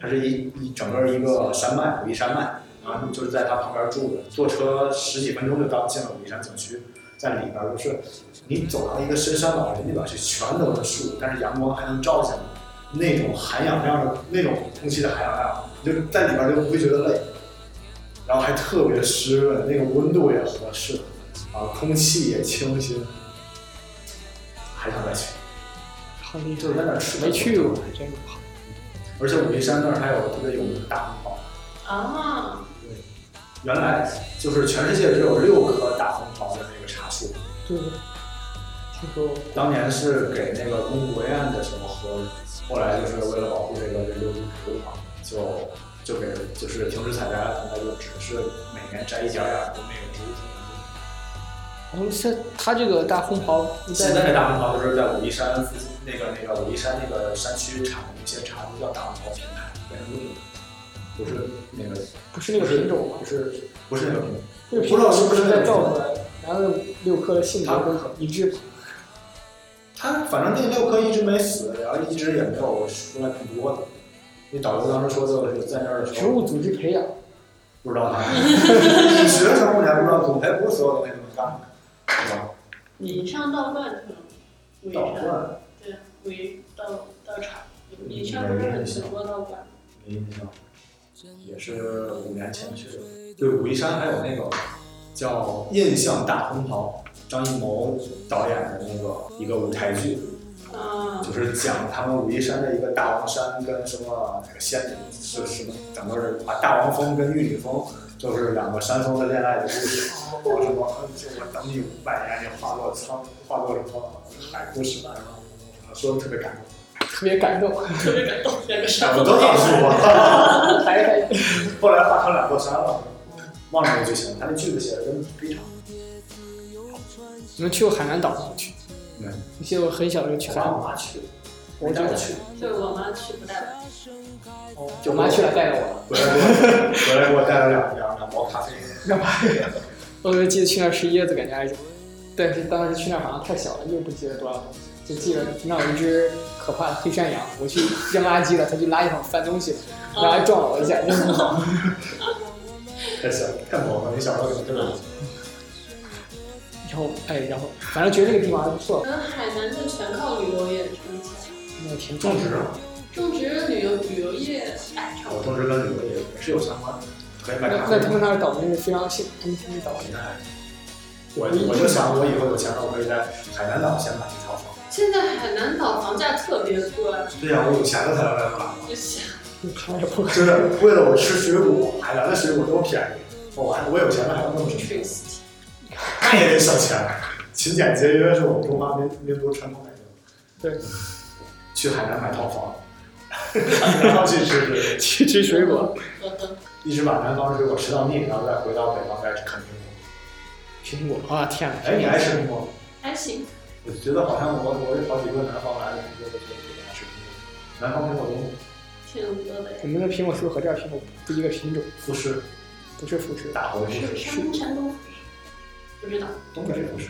S1: 它是一一整个一个山脉，武夷山脉，然后就是在它旁边住的，坐车十几分钟就到进了武夷山景区，在里边儿就是你走到一个深山老林里边去，全都是树，但是阳光还能照下来，那种含氧量的那种空气的含氧量，你就在里边儿就不会觉得累，然后还特别湿润，那个温度也合适，啊，空气也清新，还想再去。
S3: 好厉
S1: 就是在
S3: 害，
S1: 那儿吃
S3: 没去过，还真是好。
S1: 而且武夷山那儿还有特别有名的大红袍，
S4: 啊，
S1: 原来就是全世界只有六棵大红袍的那个茶树，
S3: 对，听说过
S1: 当年是给那个宫国宴的时候喝，后来就是为了保护这个这六株植物嘛，就就给就是停止采摘了，现在就只是每年摘一点点儿，供那个植物种
S3: 哦，这他这个大红袍
S1: 植。现在
S3: 在
S1: 的大红袍就是在武夷山附近那个那个武夷山那个山区产的一些茶都叫大红袍品牌，本身不是那个
S3: 不是那个品种吗
S1: 不？是不是那个品牌。
S3: 这个品种是不是在造出来的？然后六颗的性格都很一致，
S1: 他反正那六颗一直没死，然后一直也没有出来更多的。那导游当时说就是在那儿的时
S3: 植
S1: 候
S3: 物组织培养，
S1: 不知道他，你学生物你还不知道，总裁不是所有东西都能干的，对吧？
S4: 你上道观去了吗？武夷
S1: 导
S4: 山。
S1: 论
S4: 对，为道道场，也算不是很熟的道馆。
S1: 没印象，也是五年前去的。对，武夷山还有那个叫《印象大红袍》，张艺谋导演的那个一个舞台剧，
S4: 嗯，
S1: 就是讲他们武夷山的一个大王山跟什么那个仙女是什么，整个是把大王峰跟玉女峰。就是两个山峰的恋爱的故事，说什么我等你五百年，你化作苍，化作什么海枯石烂，然后说的特别感动。
S3: 特别感动，
S4: 特别感动，两个
S1: 哎
S4: 山
S1: 我
S4: 峰
S1: 都想说，
S3: 还还
S1: 后来化成两座山了，忘了那个剧情，他那句子写的真非常。
S3: 你们去过海南岛吗？去，
S1: 嗯，
S3: 你记得我很小就去
S1: 我
S3: 海
S1: 爸
S3: 南
S1: 我
S3: 岛，
S1: 妈去，
S3: 我
S1: 带
S3: 真
S1: 我
S3: 的
S1: 去，
S4: 对我妈去不带我，
S3: 我妈去了带着我，
S1: 回来给我回来给我带了两两两包咖啡。
S3: 我就记得去那儿吃椰子，感觉还是，但是当时去那儿好像太小了，又不记得多少东西，就记得那儿有一只可怕的黑山羊，我去扔垃圾了，它去垃圾桶翻东西，然后还撞了我一下，扔不好。
S1: 太小太萌了，你小时候怎么这么？
S3: 然后哎，然后反正觉得这个地方还不错，
S4: 嗯，海南的全靠旅游业撑起来，
S3: 那挺
S1: 种植，
S4: 种植旅游旅游业哎，差不
S1: 啊我
S4: 多。
S1: 种植跟旅游也也是有相关的，可以卖
S3: 那
S1: 咖
S3: 那
S1: 啡。
S3: 他们那儿岛民是非常幸，他们他们岛
S1: 哎
S3: 民
S1: 我我就想，我以后有钱了，我可以在海南岛先买一套房。
S4: 现在海南岛房价特别贵，
S1: 对呀，我有钱了才能买房。
S4: 就 想
S3: 他们也不
S1: 真的，为了我吃水果，海南的水果多便宜，我还我有钱了还能那么吃，
S4: 去死。
S1: 那也得省钱。勤俭节约是我们中华民民族传统美德。
S3: 对，
S1: 嗯去海南买套房， 然后去吃水果，
S3: 去吃水果，
S4: 我的
S1: 一直把南方水果吃到腻，然后再回到北方再啃苹果。
S3: 苹果啊天哪！
S1: 哎，你爱吃苹果？
S4: 还行，
S1: 我觉得好像我我有好几个南方来的同学都觉得特别爱吃苹果，南方苹果多，
S4: 挺多的呀。
S3: 你们的苹果是不是和这儿苹果不一个品种？
S1: 富士、
S3: 不是富士，
S1: 大红、
S4: 是山山东，不知道，
S1: 东北富士、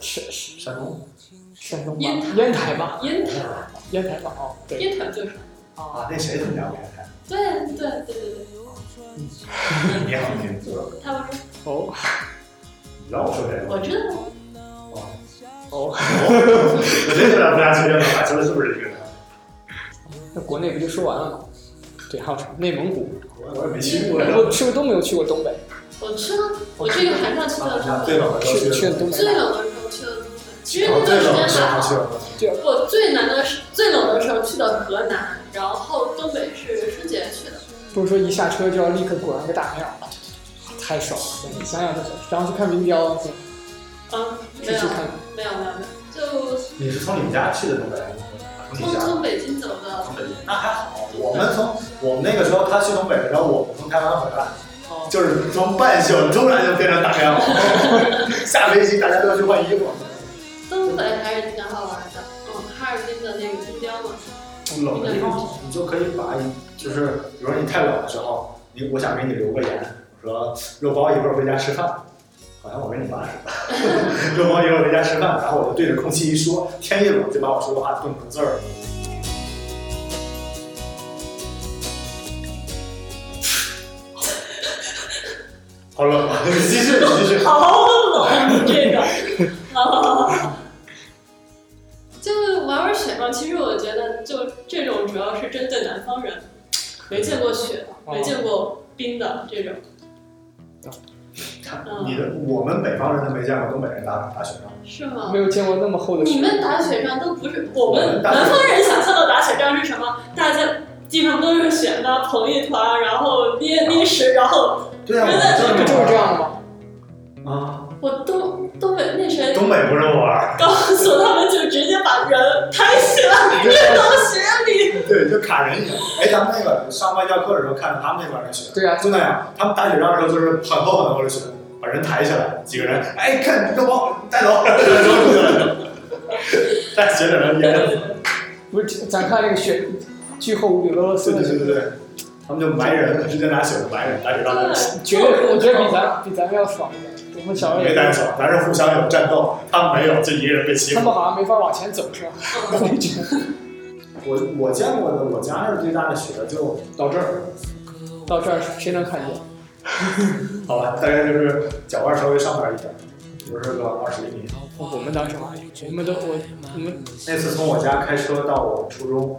S3: 是是
S1: 山东
S3: 山东吧？
S4: 烟台
S3: 烟台吧？
S4: 烟台，
S3: 烟台吧？哦，对，
S4: 烟台就是。
S3: 啊，
S1: 啊，那谁他们家不爱看？
S4: 对对对对
S1: 你好，你知道
S4: 对，他们说
S3: 哦
S1: 你让我说谁吗？
S4: 我知道，
S1: 啊
S3: 哦，
S1: 我真有点不大确定了，说的是不是这个人？
S3: 那国内不就说完了吗？对，还有什么内蒙古？
S1: 我我也没去过呀。
S3: 我是不是都没有去过东北？
S4: 我去了，我这个寒假去的
S1: 啊
S4: 东
S1: 对
S4: 北，
S1: 了，
S3: 去去
S1: 去
S3: 了东北
S4: 最冷的时候去的东北，其实
S1: 哦
S4: 那
S1: 对
S4: 段
S1: 了，去
S4: 时间还
S1: 了
S4: 好
S1: 去。了。
S4: 我最难的是最冷的时候去的河南，然后东北是春节去的，
S3: 不是说一下车就要立刻滚上个大庙吗？太爽了！你想想这，然后去看民标，去
S4: 嗯，没
S3: 去
S4: 有
S3: 看
S4: 没有没有没有，就
S1: 你是从你们家去的东北？从
S4: 从
S1: 你家？
S4: 从北京走的，
S1: 从北京？那还好。我们从我们那个时候他去东北，然后我们从台湾回来，
S3: 哦，
S1: 就是从半袖突然就变成大太阳， 下飞机大家都去换衣服，
S4: 东北还是挺好玩的，嗯，哈尔滨的那个冰雕嘛，
S1: 冷的地方你就可以把你就是，比如说你太冷的时候，你我想给你留个言，我说肉包一会儿回家吃饭，好像我跟你爸似的， 肉包一会儿回家吃饭，然后我就对着空气一说，天一冷就把我说的话冻成字儿了。好冷啊！你继续，你继续。
S4: 好冷这个，啊，就玩玩雪嘛。其实我觉得，就这种主要是针对南方人，没见过雪的，
S3: 哦
S4: 没见过冰的这种。
S1: 你的我们北方人都没见过东北人打打雪仗，
S4: 是吗
S3: 没？有见过那么厚的
S4: 你
S3: 雪。
S4: 们打雪仗都不是我们南方人想象的打雪仗是什么？大家地上都是雪嘛，捧一团，然后捏
S3: 哦
S4: 捏实，然后
S1: 对啊，我
S4: 真的
S1: 们
S3: 不
S1: 就
S3: 就是是
S1: 这
S3: 这
S1: 样
S3: 样的吗？
S1: 啊。
S4: 我东东北那谁
S1: 东北不是我玩，
S4: 告诉他们，就直接把人抬起来
S1: 对
S4: 扔到雪里。
S1: 对，就卡人一样。哎，咱们那个上外教课的时候，看着他们那边的雪，
S3: 对啊，
S1: 就那样，他们打雪仗的时候就是很厚很厚的雪，把人抬起来，几个人，哎，看这包带走， 然后就扔出去了，但雪在那淹死。
S3: 不是，咱看那个雪，巨厚无比，俄罗斯
S1: 对
S3: 的
S1: 对对
S3: 雪，
S1: 对对，他们就埋人，直接拿雪就埋人，打雪仗的。
S3: 绝对，我觉得比咱比咱们要爽一点。我们小时候
S1: 没
S3: 也
S1: 单手，咱是互相有战斗，他们没有，就一个人被欺
S3: 他
S1: 负
S3: 们。好像没法往前 走，是吧？
S1: 我我见过的，我家那儿最大的雪就到这儿，
S3: 到这儿谁能看见？
S1: 好吧，大概就是脚腕稍微上面一点，不是个二十厘米。
S3: 我我们当时嘛，我们都我我们
S1: 那次从我家开车到我们初中，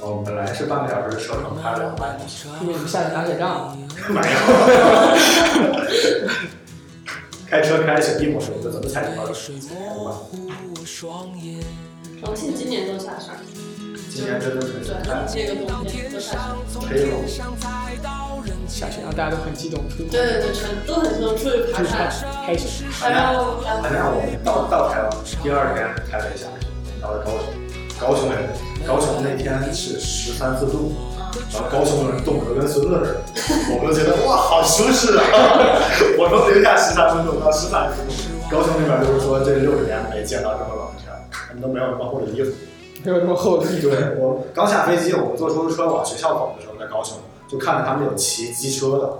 S1: 呃，本来是半个小时的车程，开了
S2: 哦
S1: 两个半小时。
S3: 因为我们下去打雪仗嘛，
S1: 没有。开车开雪地模式，我就怎么踩怎么着。
S4: 重庆今年都下雪，
S1: 今年真的是
S4: 对，
S1: 太
S4: 这个冬天都下雪。
S1: 黑了。
S3: 下雪，然后大家都很激动，出去
S4: 对对对，全都很喜欢出去爬
S3: 出去拍
S4: 山，
S3: 拍雪。
S4: 然后然后
S1: 咱俩我们到到台湾，第二天台北下雪，到了高雄，高雄也，高雄那天是十三四度，然后高雄人冻得跟孙子似的，我们都觉得哇好舒适啊！我从零下十三分钟到十三十度，高雄那边就是说这六十年没见到这么冷的天，他们都没有那么厚的衣服。
S3: 没有那么厚的，
S1: 对我刚下飞机，我们坐出租车往学校走的时候，在高雄就看到他们有骑机车的，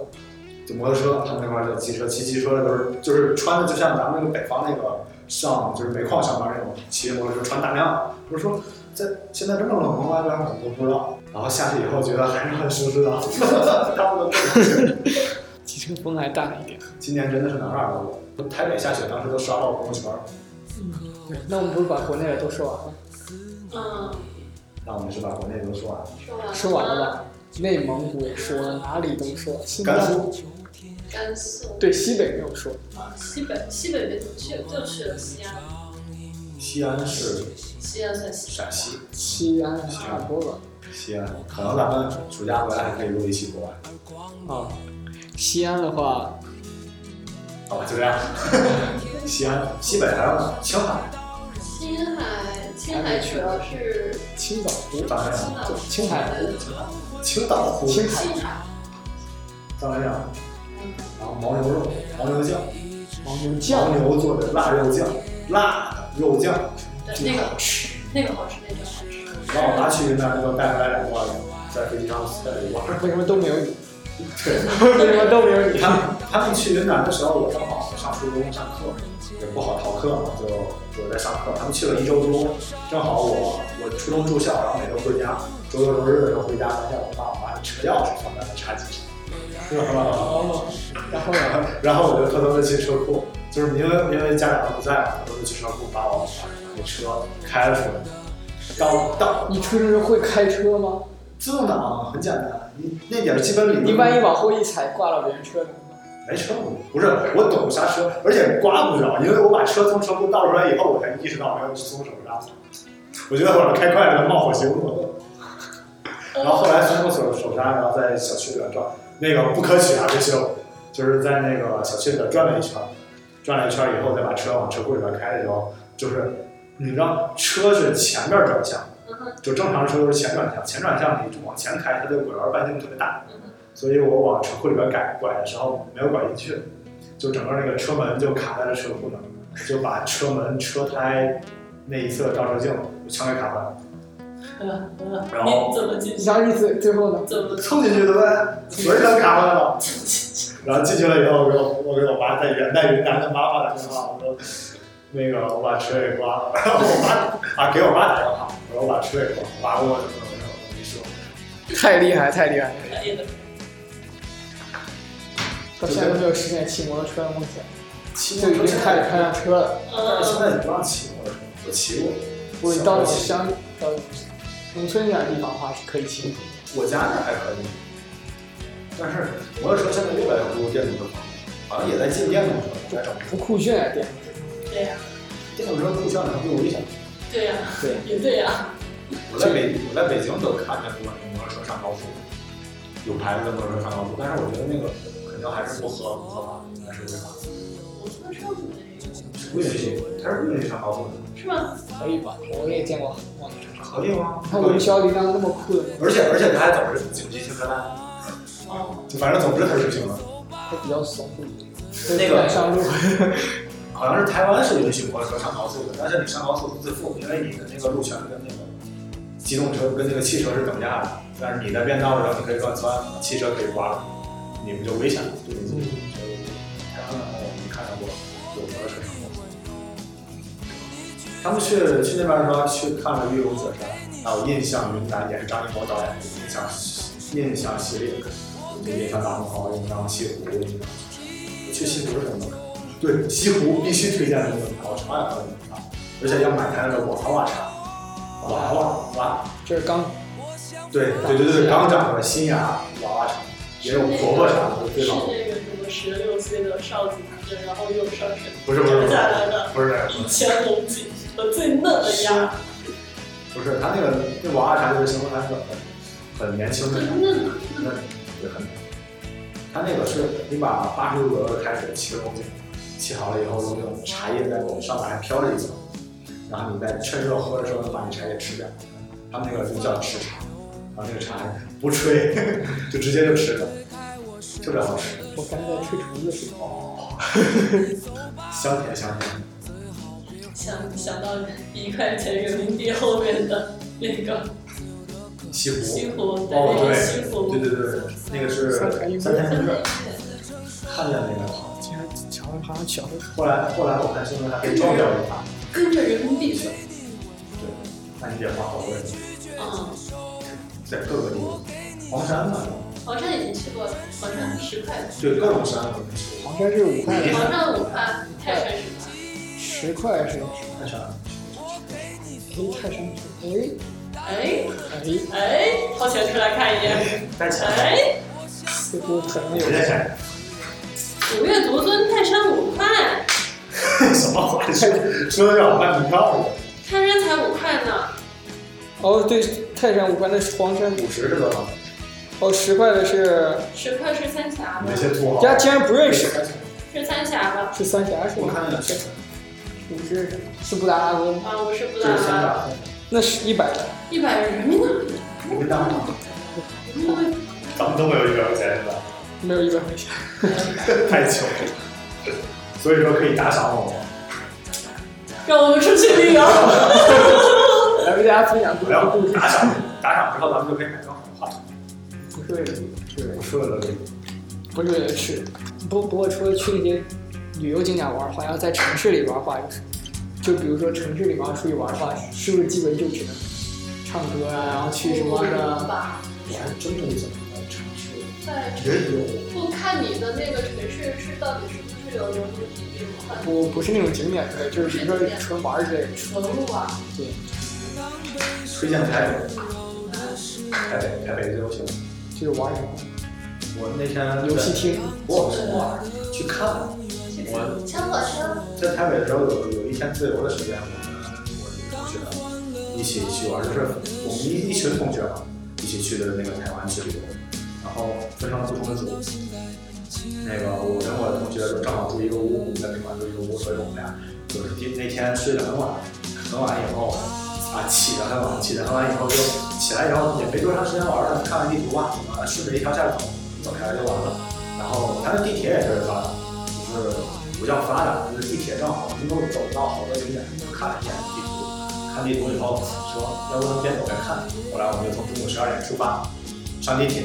S1: 就摩托车，他们那块儿有机车，骑机车的都是就是穿的就像咱们那个北方那个上就是煤矿上班那种，骑着摩托车穿大亮。我说在现在这么冷吗？外边我们都不知道。然后下去以后觉得还是很舒适的， 他们都不冷
S3: 机车风还大一点。
S1: 今年真的是哪儿哪儿都冷，台北下雪当时都刷到我朋友圈，
S3: 对，那我们不是把国内的都说完了？
S4: 嗯，
S1: 那我们是把国内都说完了。
S4: 说完
S3: 说完了吧？内蒙古也说，哪里都说，新疆
S1: 甘肃
S4: 甘肃、
S3: 对西北没有说，
S4: 啊西北、西北没怎么去，就去了西安，
S1: 西安是
S4: 西安算西
S1: 陕西。
S3: 西安差不多吧。
S1: 西安，可能咱们暑假回来还可以录一期国外。
S3: 啊，西安的话，
S1: 好吧，哦就这 样。西安，西北还有青海，
S4: 青海，青海主要是
S3: 青岛湖、
S1: 藏南
S4: 青
S1: 省，
S4: 岛、
S3: 青海
S4: 对对
S1: 青海，青岛湖，
S3: 青海、
S4: 青海，
S1: 藏南省，
S4: 嗯，
S1: 然后牦牛肉、牦牛酱、
S3: 牦牛酱
S1: 牦牛做的腊肉酱，辣的肉酱，
S4: 对，那个好吃，那个好吃，那个好吃。
S1: 让我妈去云南的时候带回来两罐，在飞机上带了一罐。
S3: 为什么都没有你？
S1: 对，
S3: 为什么都没 有你？
S1: 他们他们去云南的时候，我正好上初中上课，也不好逃课嘛，就就在上课。他们去了一周多，正好我我初中住校，然后每周回家，周六周日的时候回家，发现我爸我妈的车钥匙放在了茶几上，
S3: 哦，然后呢？
S1: 然后我就偷偷的去车库，就是因为因为家长都不在嘛，我就去车库把我那车开了出来。到到
S3: 你出生时候会开车吗？
S1: 自动挡很简单，你那点儿基本理论。
S3: 你万一往后一踩，挂到别人车里
S1: 没车我不是我懂刹车，而且刮不着，因为我把车从车库倒出来以后，我才意识到我要松手刹。我觉得我要开快了，冒火星了。然后后来松过手手刹，然后在小区里边转，那个不可取啊，这修，就是在那个小区里边转了一圈，转了一圈以后再把车往车库里边开的时候，就是你知道车是前面转向，
S4: 嗯哼，
S1: 就正常车都是前转向，前转向你就往前开，它的拐弯半径特别大。
S4: 嗯哼，
S1: 所以我往车库里边改拐的时候没有拐进去，就整个那个车门就卡在了车库那儿，就把车门、车胎那一侧照射镜全给卡坏了。
S4: 嗯嗯
S2: 哎
S1: 然后
S4: 你怎么进
S3: 你
S4: 去？
S3: 想你最最后呢？
S4: 怎么
S1: 冲进去对不对？门全卡坏了。然后进去了以后，我给我我给我妈在原在云南的妈妈打电话，我说那个我把车给刮了， 然后我妈啊给我妈打电话，我说我把车给刮了，我妈问我怎么回事，我没说。
S3: 太厉害，太厉害！
S4: 可
S2: 哎
S4: 以的？
S3: 到现在都没有实现骑摩托车的梦想，
S1: 骑
S3: 就已经开始开上车了。
S1: 但是现
S4: 嗯，
S1: 在也不让骑摩托车，我骑过。
S3: 不是你到乡到农村一点地方的话是可以骑的。
S1: 我家那儿还可以，但是摩托车现在越来越不如电动车方便，好像也在进电动车，我在找
S3: 不酷炫啊，电
S4: 对呀，
S1: 电动车酷炫的还不如理想。
S4: 对呀，
S3: 对，
S4: 也对呀，
S1: 我在北我在北京都看见过摩托车上高速，有牌子的摩托车上高速，但是我觉得那个肯定还是不合不合法，应该是违法，
S4: 我说车没有，
S1: 是不允许，它是不允许上高速的，
S4: 是吗？
S3: 可以吧？我也见过很多。
S1: 可以吗？
S3: 看我们学校离那那么酷的，
S1: 而且而且它还总是紧急停车带，
S4: 哦，
S1: 就反正总之它是不行的。
S3: 还比较怂。
S1: 那个
S3: 上路，
S1: 好像是台湾是允许摩托车上高速的，但是你上高速不自负，因为你的那个路权跟那个机动车跟那个汽车是等价的。但是你在变道的时候，你可以乱窜，汽车可以刮，你不就危险了？对嗯不对？所以台湾的朋友没看到过有摩托车上高速。他们去去那边的时候，去看了玉龙雪山，还有印象云南，也是张艺谋导演的印象印象系列，就印象大红袍，印象西湖，印象。去西湖是什么？对，西湖必须推荐的冷茶，我从来没有冷茶，而且要买它的娃娃茶，娃娃娃，
S3: 这是刚
S1: 对对对对，刚长出来新芽娃娃茶，也有婆婆茶，就是最
S4: 是
S1: 老的，
S4: 那个什么十六岁的少女，然后又上身
S1: 不是不是不是
S4: 下来的
S1: 不是
S4: 一千红几和最嫩的鸭，
S1: 不是，它那个那娃娃茶就是形容它是个很很年啊嗯轻的
S4: 最
S1: 茶，
S4: 嫩的
S1: 那对很，它那个是你把八十度左右的开水沏成沏好了以后，用那种茶叶在上面还飘着一层，然后你在趁热喝的时候，把你茶叶吃掉。他们那个就叫吃茶，然后那个茶不吹， 就直接就吃了，特别好吃，
S3: 我刚才吹虫子似的。
S1: 香甜香甜。
S4: 想想到一块钱人民币后面的那个
S1: 西湖，
S4: 西湖，
S1: 哦
S4: 那个西湖，
S1: 对对对对，那个是
S3: 三潭印
S1: 三潭
S4: 三
S1: 印
S4: 天
S1: 月，看见那个了。
S3: 竟然小孩好像小的时候
S1: 后来后来我看新闻还给撞掉一把，
S4: 跟着人民币去，
S1: 对，那你得花好多人，
S4: 嗯，
S1: 在各个地方，黄山嘛，
S4: 黄山已经去过了，黄山十块钱，
S1: 对各种山我们去过，
S3: 好像是五块
S1: 对
S4: 黄山五块，泰山十块。
S3: 十块是，
S1: 看山，
S3: 哎，泰山是，
S4: 哎
S3: 哎哎，
S4: 哎，掏钱出来看一眼。
S1: 带钱，
S4: 哎，
S3: 似乎可能有
S1: 谁。带钱？
S4: 五岳独尊泰山五块，
S1: 什么话？说的让我卖门票了，
S4: 泰山才五块呢。
S3: 哦，对，泰山五块，那是黄山五。
S1: 五十是多少？
S3: 哦，十块的是，
S4: 十块是三峡
S1: 你
S4: 的
S1: 那，些土豪，
S3: 家竟然不认识，
S4: 是三峡的。
S3: 是三峡是
S1: 我
S3: 吗？
S1: 看见了，就是
S3: 五是是布达拉宫吗，
S4: 啊，我是不
S1: 三
S4: 打
S1: 大，
S3: 那是一百的。
S4: 一百人民币，
S1: 我跟大家讲，
S4: 人民币
S1: 咱们都没有一百块钱的，
S3: 没有一百块钱，
S1: 太穷了，所以说可以打赏我吗？
S4: 让我们出去旅游。
S3: 来为大家分享
S1: 我
S3: 不
S1: 要
S3: 同故事，
S1: 打赏，打赏之后咱们就可以买到好话题，
S3: 不是为了是为了
S1: 说了这个。
S3: 不是为了吃。不不过除了去那些旅游景点玩儿，好像在城市里边儿的话，就是就比如说城市里边儿出去玩儿的话，是不是基本就只能唱歌啊，然后去什么的？
S4: 吧？
S1: 我还真没怎么在城市，
S4: 在
S1: 也有
S4: 不看你的那个城市是到底是不是有流民币这种话
S3: 不不是那种景点之类的，就是比如说纯玩儿之类的。
S4: 纯物啊，
S3: 对，
S1: 推荐台北，台北台北最流行。
S3: 就是玩儿什么
S1: 我那天
S3: 游戏厅，
S1: 我什么啊去看？我
S4: 枪火车，
S1: 在台北的时候有有一天自由的时间，我跟我的同学一起去玩，就是我们一一群同学嘛，一起去的那个台湾去旅游，然后分成了不同的组。那个我跟我的同学就正好住一个屋，我们在宾馆住一个屋，所以我们俩就是第那天睡得很晚，很晚以后啊起得很晚，起得很晚以后就起来以后也没多长时间玩了，看完地图啊，啊顺着一条线走，走下来就完了。然后它的地铁也特别发达，就是不叫发达，就是地铁正好能够走到好多景点，就看了一眼地图，看地图以后说要不咱边走边看。后来我们就从中午十二点出发，上地铁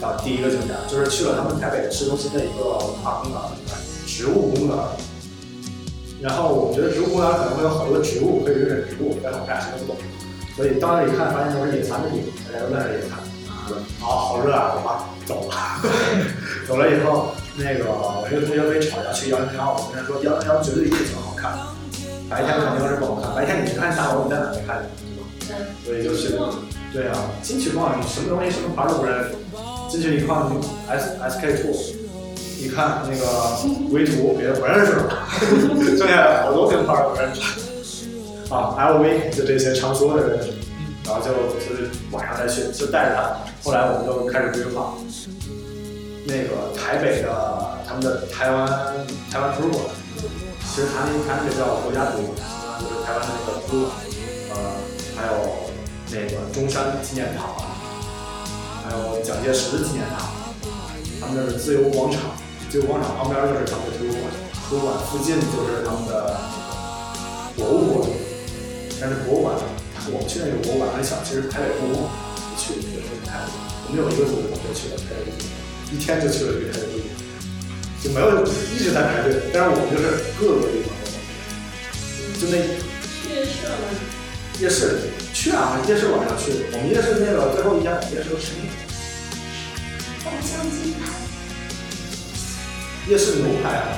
S1: 到第一个景点，就是去了他们台北市中心的一个文化公园里面，植物公园。然后我觉得植物公园可能会有好多植物可以认识植物，但是我们俩什么都不懂，所以到那里看发现都是野餐的地方，大家都在那里野餐。我说啊，好热啊，走吧，走吧。走了以后，那个我一个同学跟吵架去幺零幺，我跟他说幺零幺绝对夜景好看，白天肯定是不好看。白天你去看大楼，你在哪里看？所以就去了。对啊，进去逛，你什么东西什么牌儿都不认识。进去一看，S S K Two，一看那个维图，别的不认识了， 剩下好多跟牌儿都不认识。啊，L V 就这些常说的认识，然后就就是晚上再去，就带着他。后来我们就开始规划，那个台北的他们的台湾台湾图书馆，其实他那他那个叫国家图书馆，就是台湾的那个图书馆，呃，还有那个中山纪念堂，还有蒋介石的纪念堂，他们那是自由广场，自由广场旁边就是他们的图书馆，图书馆附近就是他们的博物馆，但是博物馆，我们去那个博物馆很小，其实台北故宫不去也是太，我们有一个组同学去了台北故宫。一天就去了一个台北，就没有一直在排队，但是我们就是各个地方都有，就那
S4: 去社门，
S1: 夜市去啊，夜市晚上去，我们夜市那个最后一家夜市都吃腻了，
S4: 放香精
S1: 夜市牛排啊，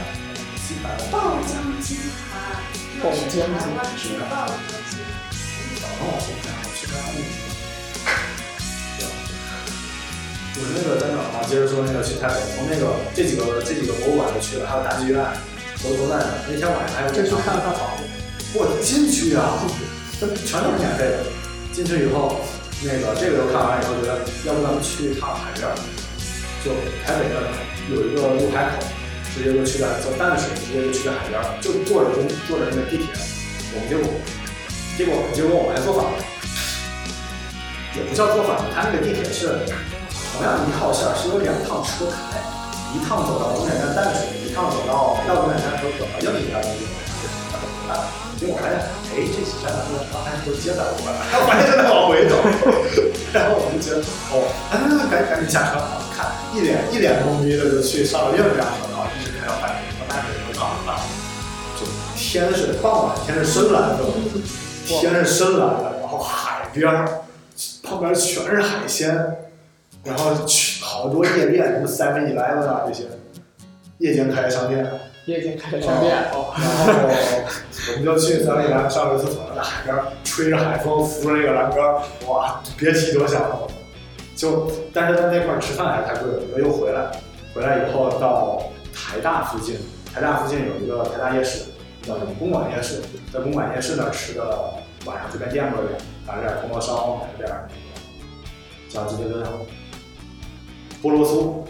S1: 鸡排，
S4: 爆浆金牌，
S3: 爆浆金牌
S4: 那是台湾的爆浆金牌。
S1: 早上我吃不了，我吃不了面。对吧我那个在哪儿啊？接着说那个去台北，从那个这几个这几个博物馆都去了，还有大剧院，都都在那儿。那天晚上还有
S3: 就去
S1: 场
S3: 看看房子。
S1: 我进去啊，这全都是免费的。进去以后，那个这个都看完以后，觉得要不咱们去一趟海边儿，就台北那儿有一个陆海口，直接就去了，从淡水直接就去了海边儿，就坐着公坐着那个地铁，我们结果结果结果我们还坐反了，也不叫坐反了，它那个地铁是同样一套线儿，是有两趟车开，一趟走到终点站淡水，一趟走到到终点站时候走到另一站的地方。结果发现，哎，这几站都刚才都接载过来了，然后发现正在往回走，然后我们就觉得，哦，啊，赶赶紧下车，看一脸一脸懵逼的就去上了另一辆车道，一直开到淡水，到淡水就到了淡水，就天是傍晚，天是深蓝色的，天是深蓝的，然后海边儿旁边全是海鲜，然后去好多夜店，什么 Seven Eleven 啊这些夜间开的商店。
S3: 夜间开的商店哦，
S1: 然后我们就去三里兰上了一次厕所，在海边吹着海风，扶着那个栏杆，哇，别提多香了。就但是在那块儿吃饭还是太贵了，我又回来，回来以后到台大附近，台大附近有一个台大夜市，叫什么公馆夜市，在公馆夜市那儿吃的，晚上随便垫过去，买了点铜锣烧，买了点那个叫这个叫什么菠萝酥，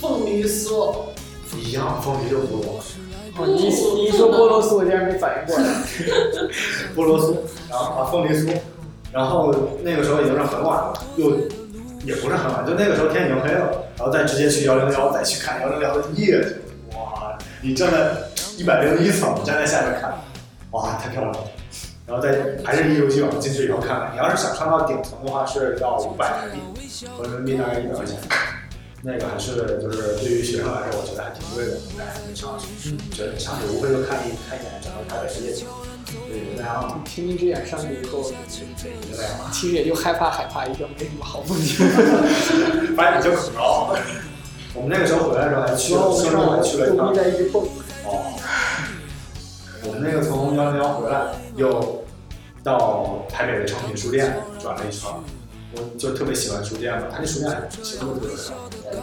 S4: 凤梨酥，
S1: 一样，凤梨就菠萝。
S3: 哦你一你一说菠萝酥，我竟然没反应过来。
S1: 菠萝酥，然后啊凤梨酥，然后那个时候已经是很晚了，又也不是很晚，就那个时候天已经黑了，然后再直接去幺零幺再去看幺零幺的夜景，哇！你站在一百零一层，你站在下面看，哇，太漂亮了。然后再还是一如既往进去以后看看，你要是想上到顶层的话是要五百人民币，合人民币大概一百块钱。那个还是就是对于学生来说，我觉得还挺贵的，应该还没上去。嗯，觉得你上去无非就看一看一眼整个台北的夜景，对，大家
S3: 平民之眼上去以后，
S1: 就那样吧，
S3: 其实也就害怕害怕一下，没什么好风景。
S1: 反正你就可着。我们那个时候回来的时候还去
S3: 然后
S1: 了，
S3: 我
S1: 上
S3: 们
S1: 周
S3: 让
S1: 还
S3: 我
S1: 去了一
S3: 逗
S1: 趟
S3: 逼。在一直蹦，
S1: 哦，我们那个从幺零幺回来，又到台北的诚品书店转了一圈儿。我就特别喜欢书店嘛，他那书店什么都特别少。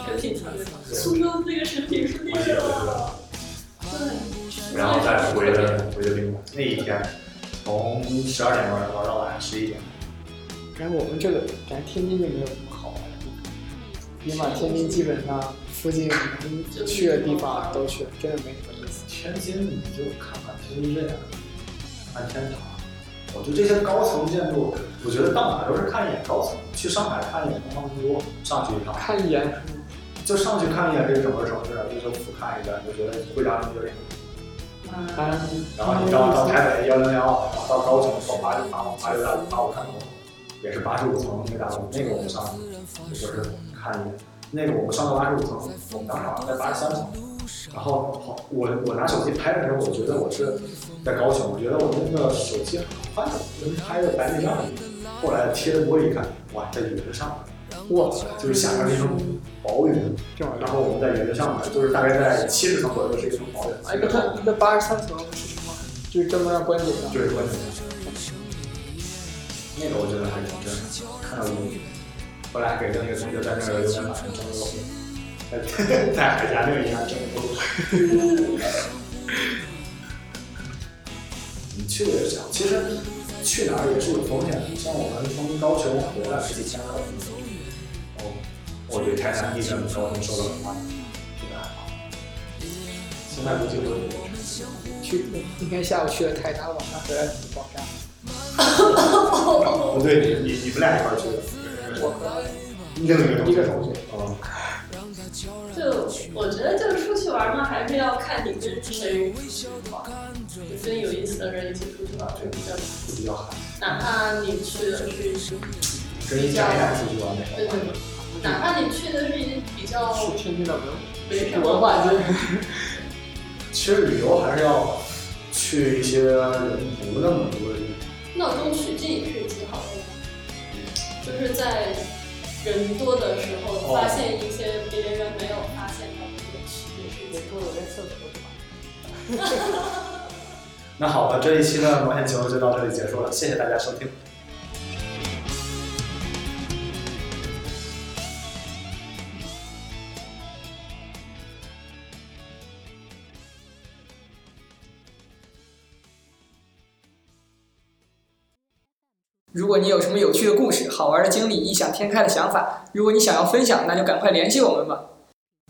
S4: 成品传媒，苏州那个成品书
S1: 我记
S4: 店
S1: 得我记得。
S4: 啊，对，
S1: 然后再回的回的宾馆。那一天从十二点玩玩到晚上十一点，
S3: 然后我们这个，咱天津就没有什么好玩的地方。你把天津基本上附近能去的地方都去了，真的没什么意思。
S1: 天津你就看看天津这样，看看天塔。我觉得这些高层建筑，我觉得到哪都是看一眼高层。去上海看一眼东方明珠，上去一趟，
S3: 看一眼，嗯
S1: 就上去看一眼这整个城市，就是俯瞰一下，就觉得会让人有点。
S3: 咱
S1: 然后你到到台北幺零幺，然后到高层到八六八八六大楼八五看楼，也是八十五层那个大楼，那个我们上就是看一眼，那个我们上到八十五层，我们当时好像在八十三层。然后好，我我拿手机拍的时候，我觉得我是在高雄，我觉得我那个手机很快的，就是拍的白内障。后来贴着玻璃一看，哇，在云上，
S3: 哇，
S1: 就是下面是一层薄云，
S3: 这玩意
S1: 然
S3: 儿，
S1: 后我们在云上面，就是大概在七十层左右是一层薄云。
S3: 哎，那它一个八十三层是什么？就是专门让观景的。
S1: 就是关键那个我觉得还挺震撼，看到无语。后来还给另一个同学在那个留言板上争了个婚，在在海峡那个银行争了个婚。你去了也是想，其实去哪儿也是有风险的。像我们从高雄回来十几天了，哦，我对台南地震高雄受到很大的挺害怕。现在估计会有点震撼
S3: 去那天下午去了泰达，晚上回来爆炸。
S1: 不对，你你你们俩一块儿去的。
S3: 我和
S1: 另一个
S3: 一个同学，
S1: 嗯，
S4: 就我觉得就是出去玩嘛，还是要看你跟谁玩，你跟有意思的人一起出去玩
S1: 对
S4: 比较好，
S1: 比较好，
S4: 哪怕你去的是一些，
S1: 跟一家人出去玩那
S4: 对
S1: 种
S4: 对。对，哪怕你去的是一些比较
S3: 是天津的文
S4: 没什
S3: 文
S4: 么
S3: 化街，
S1: 其实旅游还是要去一些人不那么多的地方。
S4: 闹中取静是挺好的，就是在人多
S3: 哦
S4: 的时候发现一些别人没有发现的乐趣，也是一个。
S3: 我在厕所。
S1: 那好吧，这一期呢，毛线球就到这里结束了，谢谢大家收听。
S2: 如果你有什么有趣的故事、好玩的经历、异想天开的想法，如果你想要分享，那就赶快联系我们吧。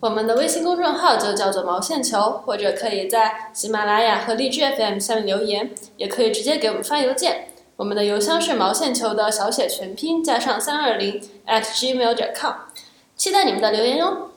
S6: 我们的微信公众号就叫做毛线球，或者可以在喜马拉雅和荔枝 FM 下面留言，也可以直接给我们发邮件。我们的邮箱是毛线球的小写全拼加上三二零 at gmail.com，期待你们的留言哟、哦。